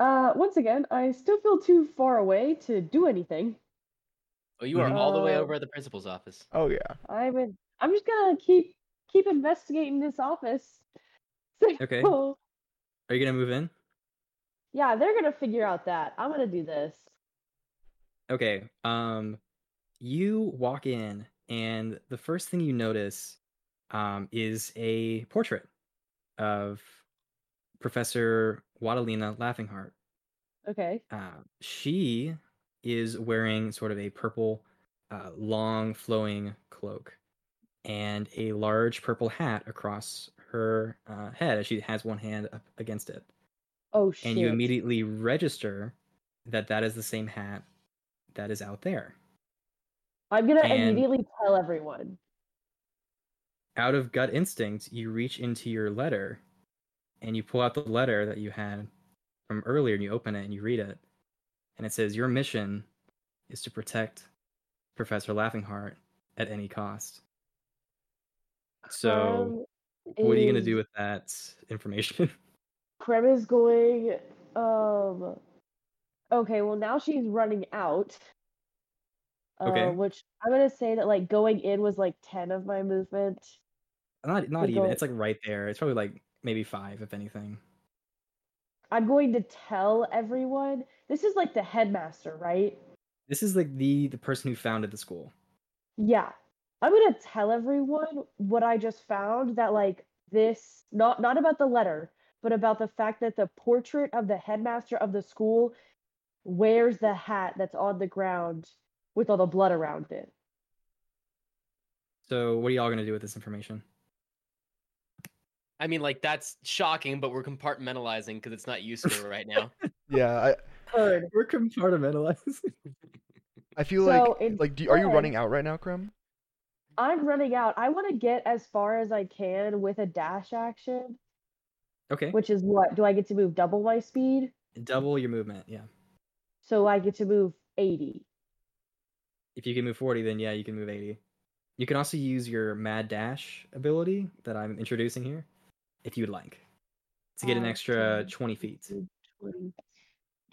Uh, once again, I still feel too far away to do anything. Oh, you are all the way Uh, over at the principal's office. oh yeah. I'm in, I'm just gonna keep keep investigating this office. <laughs> So, Okay. Are you gonna move in? Yeah, they're gonna figure out that. I'm gonna do this. Okay. Um, you walk in, and the first thing you notice, um, is a portrait of Professor Wadalina Laughingheart. Okay. uh, she is wearing sort of a purple, uh, long flowing cloak and a large purple hat across her uh, head as she has one hand up against it. Oh shit. And you immediately register that that is the same hat that is out there. I'm gonna and- immediately tell everyone. Out of gut instinct, you reach into your letter and you pull out the letter that you had from earlier and you open it and you read it. And it says, Your mission is to protect Professor Laughingheart at any cost. Um, So, Krem what are you going to is- do with that information? <laughs> Krem is going. Um. Okay. Well, now she's running out. Uh, Okay. Which I'm gonna say that like going in was like ten of my movement. not not We even. go- It's like right there. It's probably like maybe five, if anything. I'm going to tell everyone. This is like the headmaster, right? This is like the the person who founded the school. Yeah. I'm gonna tell everyone what I just found that like this not not about the letter, but about the fact that the portrait of the headmaster of the school wears the hat that's on the ground with all the blood around it. So what are y'all gonna do with this information? I mean, like that's shocking, but we're compartmentalizing because it's not useful right <laughs> now. Yeah, I Heard. We're compartmentalizing. I feel So like like do, are you instead- running out right now, Krem? I'm running out. I want to get as far as I can with a dash action, <laughs> okay. which is what? Do I get to move double my speed? Double your movement. Yeah. So I get to move 80. If you can move forty, then yeah, you can move eighty. You can also use your mad dash ability that I'm introducing here, if you'd like, to get an Uh, extra 10, twenty feet. 20,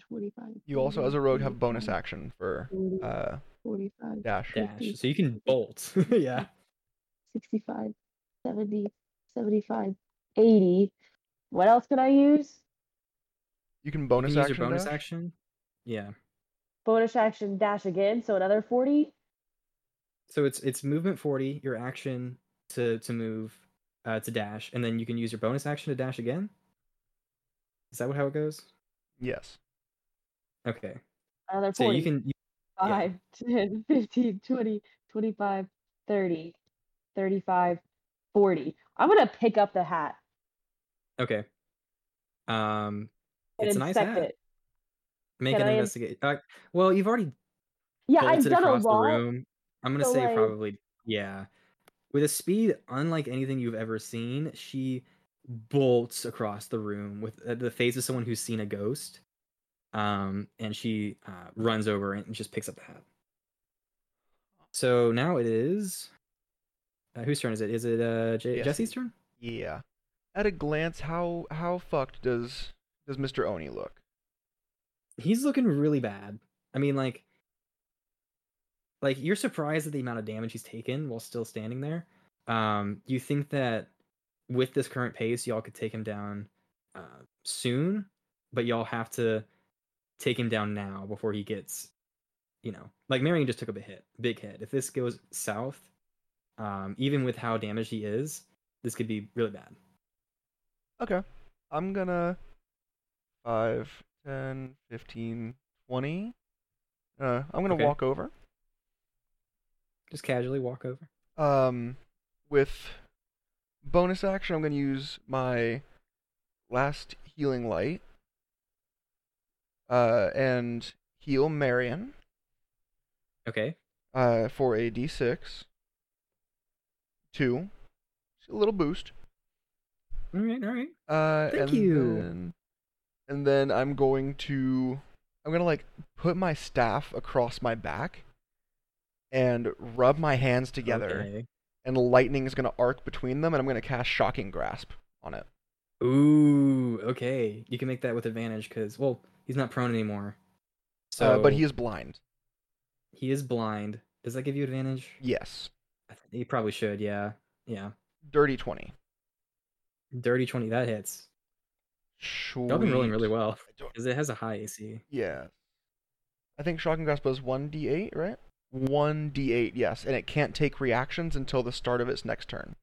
25. You also, as a rogue, have bonus action for uh 45, dash. Dash. So you can bolt. <laughs> yeah. 65, 70, 75, 80. What else can I use? You can bonus you can use action. your bonus dash? action. Yeah. Bonus action dash again, so another 40. So it's it's movement forty, your action to to move, uh, to dash, and then you can use your bonus action to dash again. Is that what how it goes? Yes. Okay. Another 40. So you can. You, <laughs> 5, 10, 15, 20, 25, 30, 35, 40. I'm going to pick up the hat okay. Um, and it's a nice inspect hat. it. Make Can an I ins- investigate. Uh, well, you've already Yeah, I've bolted done a across the lot. room. I'm gonna so, say like- probably yeah. With a speed unlike anything you've ever seen, she bolts across the room with uh, the face of someone who's seen a ghost. Um, and she uh, runs over and just picks up the hat. So now it is. Uh, whose turn is it? Is it uh, J- Jesse. Jesse's turn? Yeah. At a glance, how how fucked does does Mr. Oni look? He's looking really bad. I mean, like, like you're surprised at the amount of damage he's taken while still standing there. Um, you think that with this current pace, y'all could take him down uh, soon, but y'all have to take him down now before he gets, you know, like Marion just took a big hit, big hit. If this goes south, um, even with how damaged he is, this could be really bad. Okay. I'm gonna 5, 10, 15, 20. Uh, I'm gonna Okay. walk over. Just casually walk over. Um, with bonus action, I'm gonna use my last healing light. Uh, and heal Marion. Okay. Uh, for a d6. Two. A little boost. All right. All right. Uh, Thank and you. Then, and then I'm going to, I'm gonna like put my staff across my back, and rub my hands together, Okay. and lightning is gonna arc between them, and I'm gonna cast Shocking Grasp on it. Ooh, okay. You can make that with advantage because, well, he's not prone anymore. So, uh, but he is blind. he is blind. Does that give you advantage? Yes, I th- You probably should. Yeah, yeah. dirty twenty. Dirty twenty that hits. Sweet. Y'all been rolling really well I don't- because it has a high AC. Yeah, I think Shocking Grasp does one d8, right? One d8, yes, and it can't take reactions until the start of its next turn.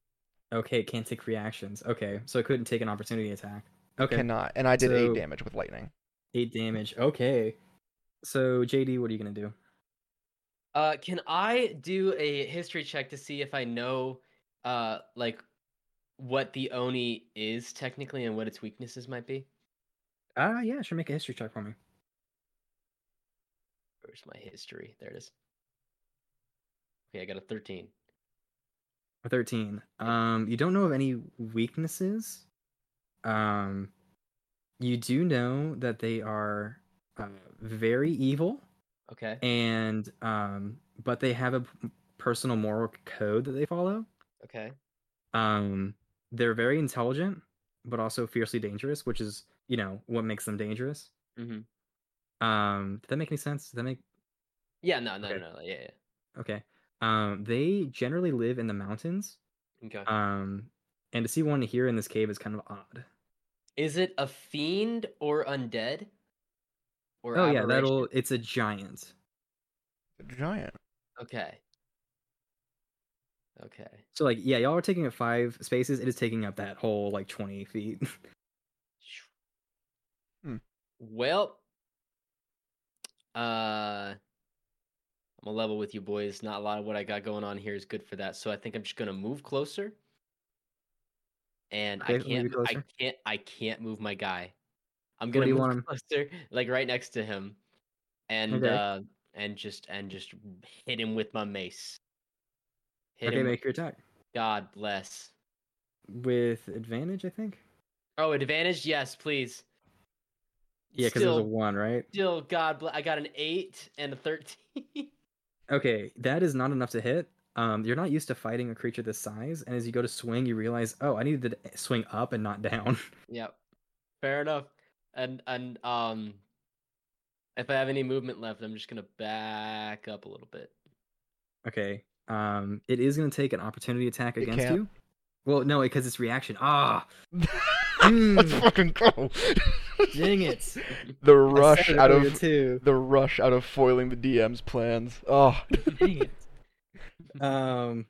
Okay, it can't take reactions. Okay, so it couldn't take an opportunity attack. Okay, Cannot, and I did So- eight damage with lightning. eight damage. Okay, so JD, what are you gonna do? Uh, can I do a history check to see if I know, uh, like, what the oni is technically and what its weaknesses might be? Ah, yeah, sure. Make a history check for me. Where's my history? There it is. Okay, I got a thirteen. A 13 um you don't know of any weaknesses um you do know that they are uh, very evil Okay. and um but they have a p- personal moral code that they follow Okay. um they're very intelligent but also fiercely dangerous which is you know what makes them dangerous Mhm. um did that make any sense did that make Yeah. No. No. Okay. No. No. Yeah. Yeah. okay um they generally live in the mountains Okay. um and to see one here in this cave is kind of odd Is it a fiend or undead? Or oh yeah, aberration? that'll. It's a giant. Giant. Okay. Okay. So like yeah, y'all are taking up five spaces. It is taking up that whole like twenty feet. <laughs> Hmm. Well, uh, I'm a level with you boys. Not a lot of what I got going on here is good for that. So I think I'm just gonna move closer. And I Okay, move can't, you m- I closer. can't, I can't move my guy. I'm do gonna you move <laughs> want him? closer, like right next to him, and Okay. uh, and just and just hit him with my mace. Hit okay, him. make your attack God bless. with advantage. I think. Oh, advantage? Yes, please. Yeah, because it was a Still- one, right? Still, God bless. I got an eight and a thirteen. <laughs> Okay, that is not enough to hit. Um, you're not used to fighting a creature this size, and as you go to swing, you realize, oh, I needed to swing up and not down. <laughs> Yep. Fair enough. And and um if I have any movement left, I'm just gonna back up a little bit. okay. Um, it is going to take an opportunity attack It against can't. you. Well, no, because it's reaction. Ah, <laughs> <laughs> Let's Mm. fucking go. dang it! The I said rush it out earlier, of too. the rush out of foiling the DM's plans. Oh, <laughs> Dang it. <laughs> Um.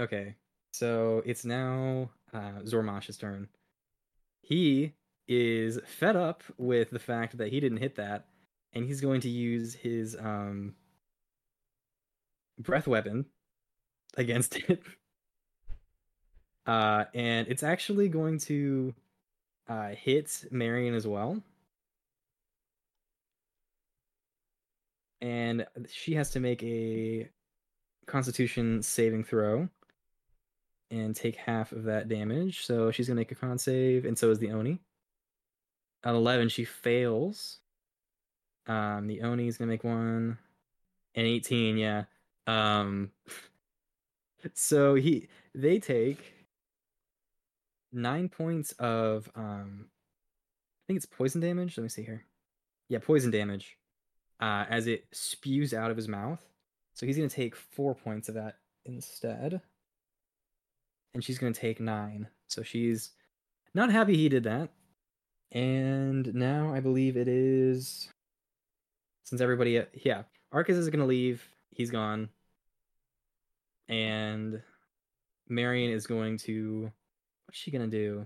Okay. So it's now uh, Zormash's turn. He is fed up with the fact that he didn't hit that, and he's going to use his um breath weapon against <laughs> it. Uh, and it's actually going to uh, hit Marion as well. And she has to make a Constitution saving throw and take half of that damage. So she's gonna make a con save, and so is the Oni. At eleven, she fails. Um, the Oni is gonna make one, and eighteen, yeah. Um, <laughs> so he they take nine points of um, I think it's poison damage. Let me see here. Yeah, poison damage. Uh, as it spews out of his mouth. So he's going to take four points of that instead. And she's going to take nine. So she's not happy he did that. And now I believe it is. Since everybody. uh, Yeah. Arcus is going to leave. He's gone. And Marion is going to. What's she going to do?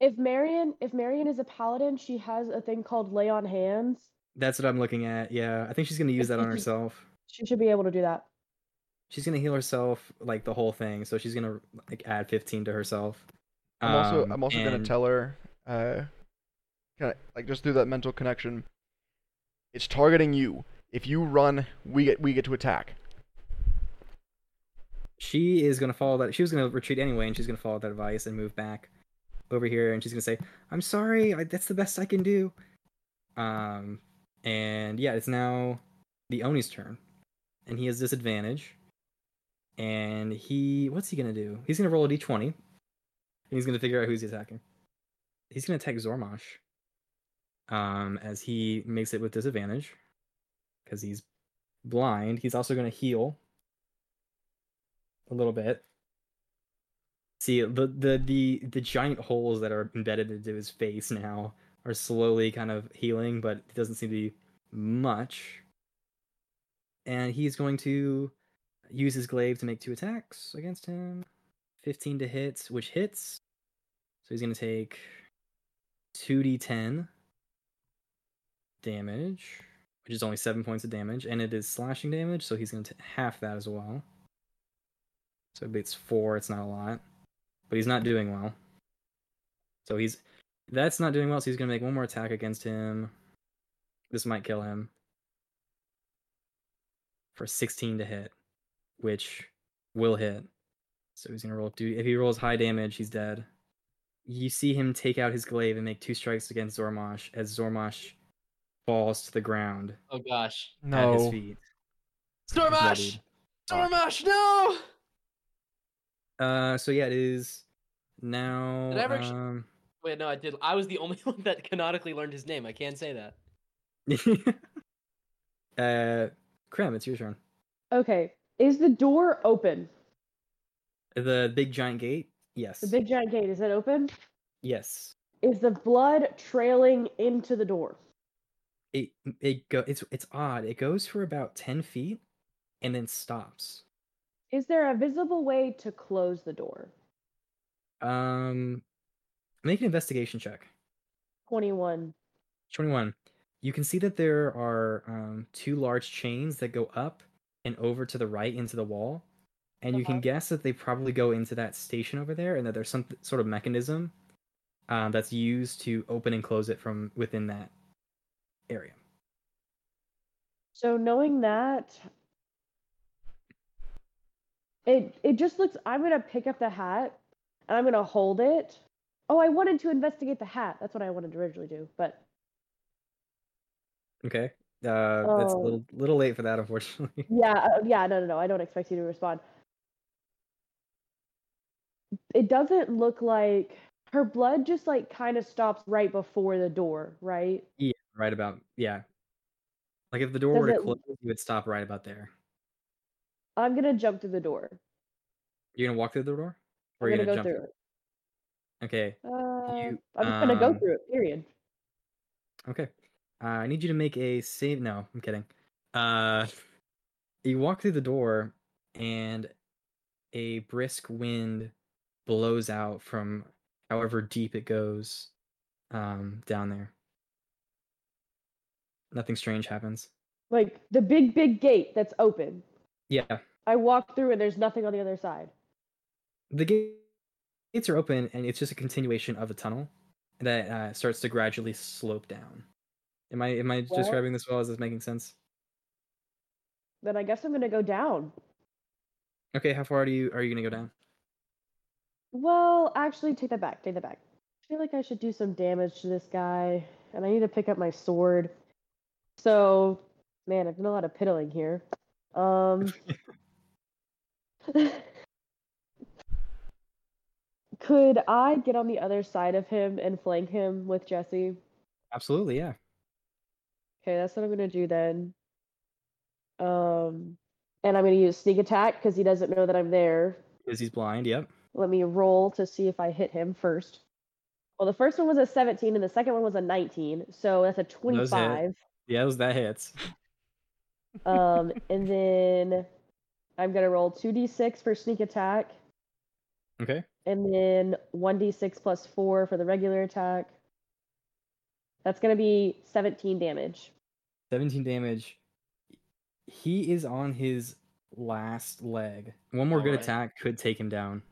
If Marion, if Marion is a paladin, she has a thing called lay on hands. That's what I'm looking at. Yeah. I think she's going to use that on herself. She should be able to do that. She's gonna heal herself like the whole thing, so she's gonna like add fifteen to herself. I'm also Um, I'm also gonna and- tell her, uh, kinda, like just through that mental connection. It's targeting you. If you run, we get we get to attack. She is gonna follow that. She was gonna retreat anyway, and she's gonna follow that advice and move back over here. And she's gonna say, "I'm sorry. I, that's the best I can do." Um, and yeah, it's now the Oni's turn, and he has disadvantage. And he, what's he gonna do? He's gonna roll a d20, and he's gonna figure out who's he's attacking. He's gonna attack Zormash, um, as he makes it with disadvantage, because he's blind. He's also gonna heal a little bit. See the the the the giant holes that are embedded into his face now are slowly kind of healing, but it doesn't seem to be much. And he's going to use his glaive to make two attacks against him. 15 to hit, which hits. So he's going to take 2d10 damage, which is only 7 points of damage, and it is slashing damage, so he's going to half that as well. So it beats four. It's not a lot, but he's not doing well. So he's that's not doing well. So he's gonna make one more attack against him. This might kill him for 16 to hit, which will hit. So he's gonna roll. Do if he rolls high damage, he's dead. You see him take out his glaive and make two strikes against Zormash as Zormash falls to the ground Oh gosh. at his feet. Stormash! Stormash, no! Uh, so yeah, it is now. Did I ever actu- um, Wait, no, I did I was the only <laughs> one that canonically learned his name. I can't say that. <laughs> uh, Krem, it's your turn. Okay, is the door open? The big giant gate. Yes. The big giant gate is it open? Yes. Is the blood trailing into the door? It it go it's it's odd. It goes for about ten feet, and then stops. Is there a visible way to close the door? Um, make an investigation check. 21. 21. You can see that there are um, two large chains that go up and over to the right into the wall. And you can Uh-huh. guess that they probably go into that station over there and that there's some th- sort of mechanism uh, that's used to open and close it from within that area. So knowing that, it it just looks. I'm gonna pick up the hat and I'm gonna hold it. Oh, I wanted to investigate the hat. That's what I wanted to originally do, but Okay. Uh, That's a Oh. little, little late for that, unfortunately. <laughs> yeah, uh, yeah, no, no, no. I don't expect you to respond. It doesn't look like her blood just like kind of stops right before the door, right? right about, yeah. Like if the door Does were to it- close, you would stop right about there. I'm gonna jump through the door. You're going to walk through the door? I'm gonna gonna go through it. Okay. Uh, You, I'm just gonna go um, through it. Period. Okay. Uh, I need you to make a save. No, I'm kidding. Uh, you walk through the door, and a brisk wind blows out from however deep it goes um, down there. Nothing strange happens. Like the big, big gate that's open. Yeah, I walk through and there's nothing on the other side. the ga- gates are open, and it's just a continuation of the tunnel that uh, starts to gradually slope down. Am I am I Well- describing this well? Is this making sense? Then I guess I'm gonna go down. Okay, how far do you are you gonna go down? Well, actually, take that back. Take that back. I feel like I should do some damage to this guy, and I need to pick up my sword. So, man, I've done a lot of piddling here. Um, <laughs> could I get on the other side of him and flank him with Jesse? Absolutely, yeah. Okay, that's what I'm gonna do then. Um, and I'm gonna use sneak attack because he doesn't know that I'm there. Because he's blind. Yep. Let me roll to see if I hit him first. Well, the first one was a 17 and the second one was a 19, so that's a 25. Yeah, those that hits. <laughs> Um, and then I'm gonna roll 2d6 for sneak attack, Okay. and then 1d6 plus four for the regular attack. That's gonna be 17 damage. 17 damage. He is on his last leg. One more good Alright. attack could take him down.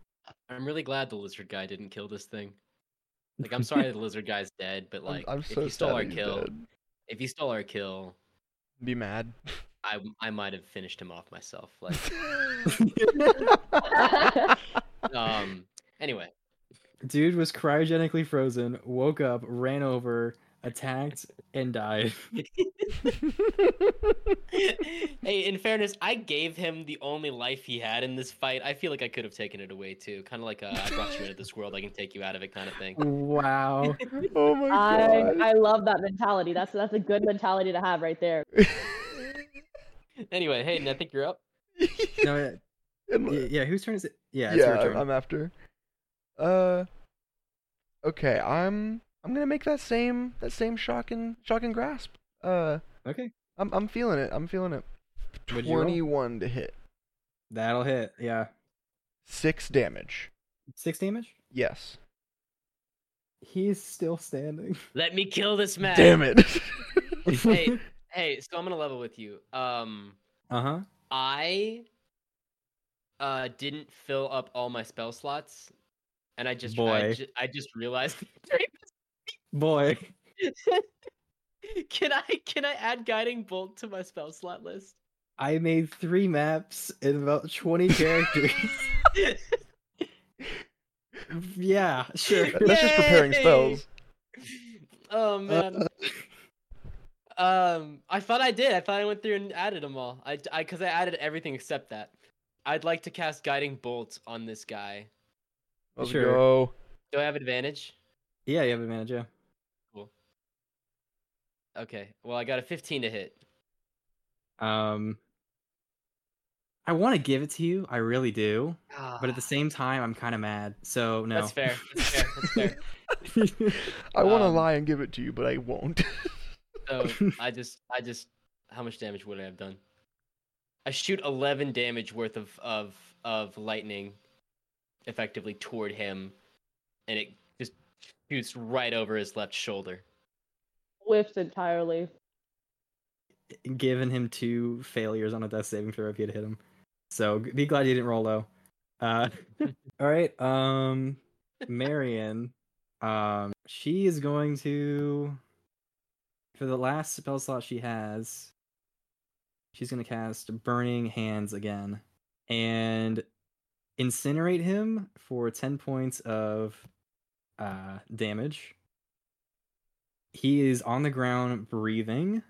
I'm really glad the lizard guy didn't kill this thing. Like, I'm sorry the lizard guy's dead, but <laughs> I'm- like, I'm, if so he stole sad our that he's kill, dead. if he stole our kill, Be mad. I I might have finished him off myself. <laughs> Like, um. Anyway, Dude was cryogenically frozen, woke up, ran over, attacked, and died. hey, in fairness, I gave him the only life he had in this fight. I feel like I could have taken it away too, kind of like uh, I brought you into this world, I can take you out of it, kind of thing. wow. oh my I god. I love that mentality. That's that's a good mentality to have right there. Anyway, Hayden, I think you're up. <laughs> No, yeah, <laughs> And- yeah, yeah, whose turn is it? Yeah, yeah, it's your I- turn. I'm after. Uh, okay, I'm I'm gonna make that same that same shock and shock and grasp. Uh, Okay. I'm I'm feeling it. I'm feeling it. What'd you roll? Twenty-one to hit, That'll hit. Yeah. six damage. Six damage? Yes. He is still standing. Let me kill this man. Damn <laughs> it. <laughs> hey, hey, so I'm gonna level with you. Um, Uh huh. I uh didn't fill up all my spell slots, and I just I, Boy. ju- I just realized. <laughs> Boy. can I can I add guiding bolt to my spell slot list? <laughs> I made three maps in about <laughs> 20 characters. yeah, sure. That's just preparing Yay! spells. Oh <laughs> man. um, I thought I did. I thought I went through and added them all. I d- I because I added everything except that. I'd like to cast guiding bolt on this guy. Let's Sure. go. Do I have advantage? Yeah, you have advantage, yeah. Okay. Well, I got a 15 to hit. Um, I want to give it to you. I really do. But at Ah, the same time, I'm kind of mad. So, no. that's fair. That's fair. That's fair. <laughs> I want to Um, lie and give it to you, but I won't. <laughs> So <laughs> I just, I just, how much damage would I have done? I shoot eleven damage worth of of of lightning, effectively toward him, and it just shoots right over his left shoulder. Whiffs entirely. Given him two failures on a death saving throw if you had hit him. So g- be glad you didn't roll low. <laughs> Uh, <laughs> all right. Um, Marion. Um, she is going to, for the last spell slot she has, she's going to cast Burning Hands again and incinerate him for 10 points of uh, damage. He is on the ground breathing,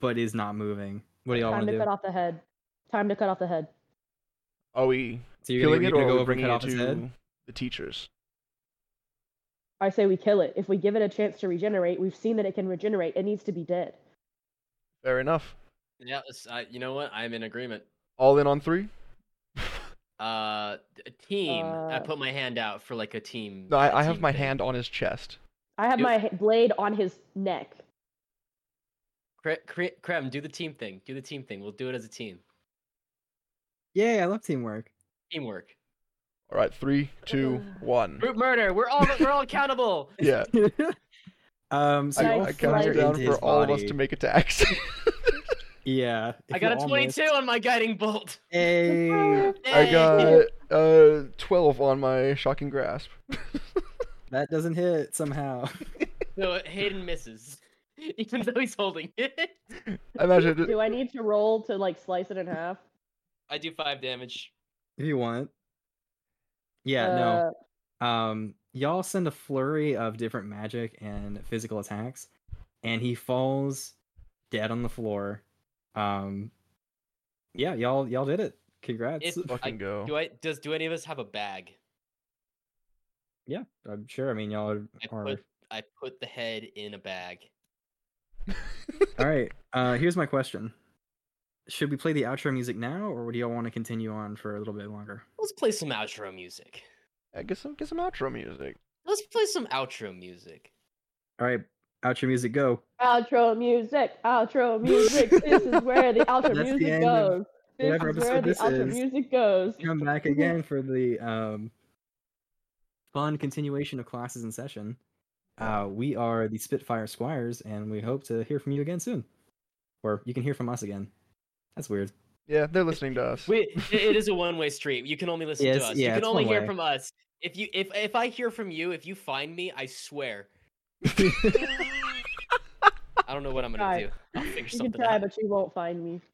but is not moving. What do y'all Time want to to do? cut off the head. Time to cut off the head. Are we So you're going killing to it or go are we over and bringing cut it off his head? to the teachers? I say we kill it. If we give it a chance to regenerate, we've seen that it can regenerate. It needs to be dead. Fair enough. Yeah, it's- I, you know what? I'm in agreement. All in on three? Uh, a team. I Uh, put my hand out for like a team. No, a I, I have team my thing. hand on his chest. I have Do- my h- blade on his neck. Cre- cre- Krem, do the team thing. Do the team thing. We'll do it as a team. Yay, I love <laughs> teamwork. <laughs> Teamwork. All right, three, two, Uh. one. Group murder. We're all we're all <laughs> accountable. Yeah, um, so I, y'all I counted fly it down into for his all of us body. to make attacks. Yeah. I if you got a all 22 missed- on my guiding bolt. <laughs> Hey, <laughs> <laughs> I Yay! got uh, 12 on my shocking grasp. that doesn't hit somehow. <laughs> So Hayden misses, <laughs> even though he's holding it. <laughs> I imagine it- <laughs> Do I need to roll to like slice it in half? I do five damage. if you want. Yeah, Uh, no. Um, y'all send a flurry of different magic and physical attacks, and he falls dead on the floor. Um, yeah, y'all y'all did it. Congrats. If I, fucking go. do I does do any of us have a bag? yeah, I'm sure. I mean, y'all are. I are- put I put the head in a bag. All right. Uh, here's my question: Should we play the outro music now, or do y'all want to continue on for a little bit longer? Let's play some outro music. I get some get some outro music. Let's play some outro music. All right, outro music, go. Outro music, <laughs> outro music. this is where the outro That's the music end of goes. This whatever is where episode the this outro is. music goes. Come back again for the um, fun continuation of classes in session. Uh, we are the Spitfire Squires, and we hope to hear from you again soon, or you can hear from us again. That's weird. Yeah, they're listening to us. <laughs> We, it- it is a one-way street. You can only listen Yes, to us. yeah, you can it's only one hear way. from us. If you if if I hear from you, if you find me, I <laughs> swear. I don't know what I'm gonna Try. do. I'll figure You can something try, out. but you won't find me.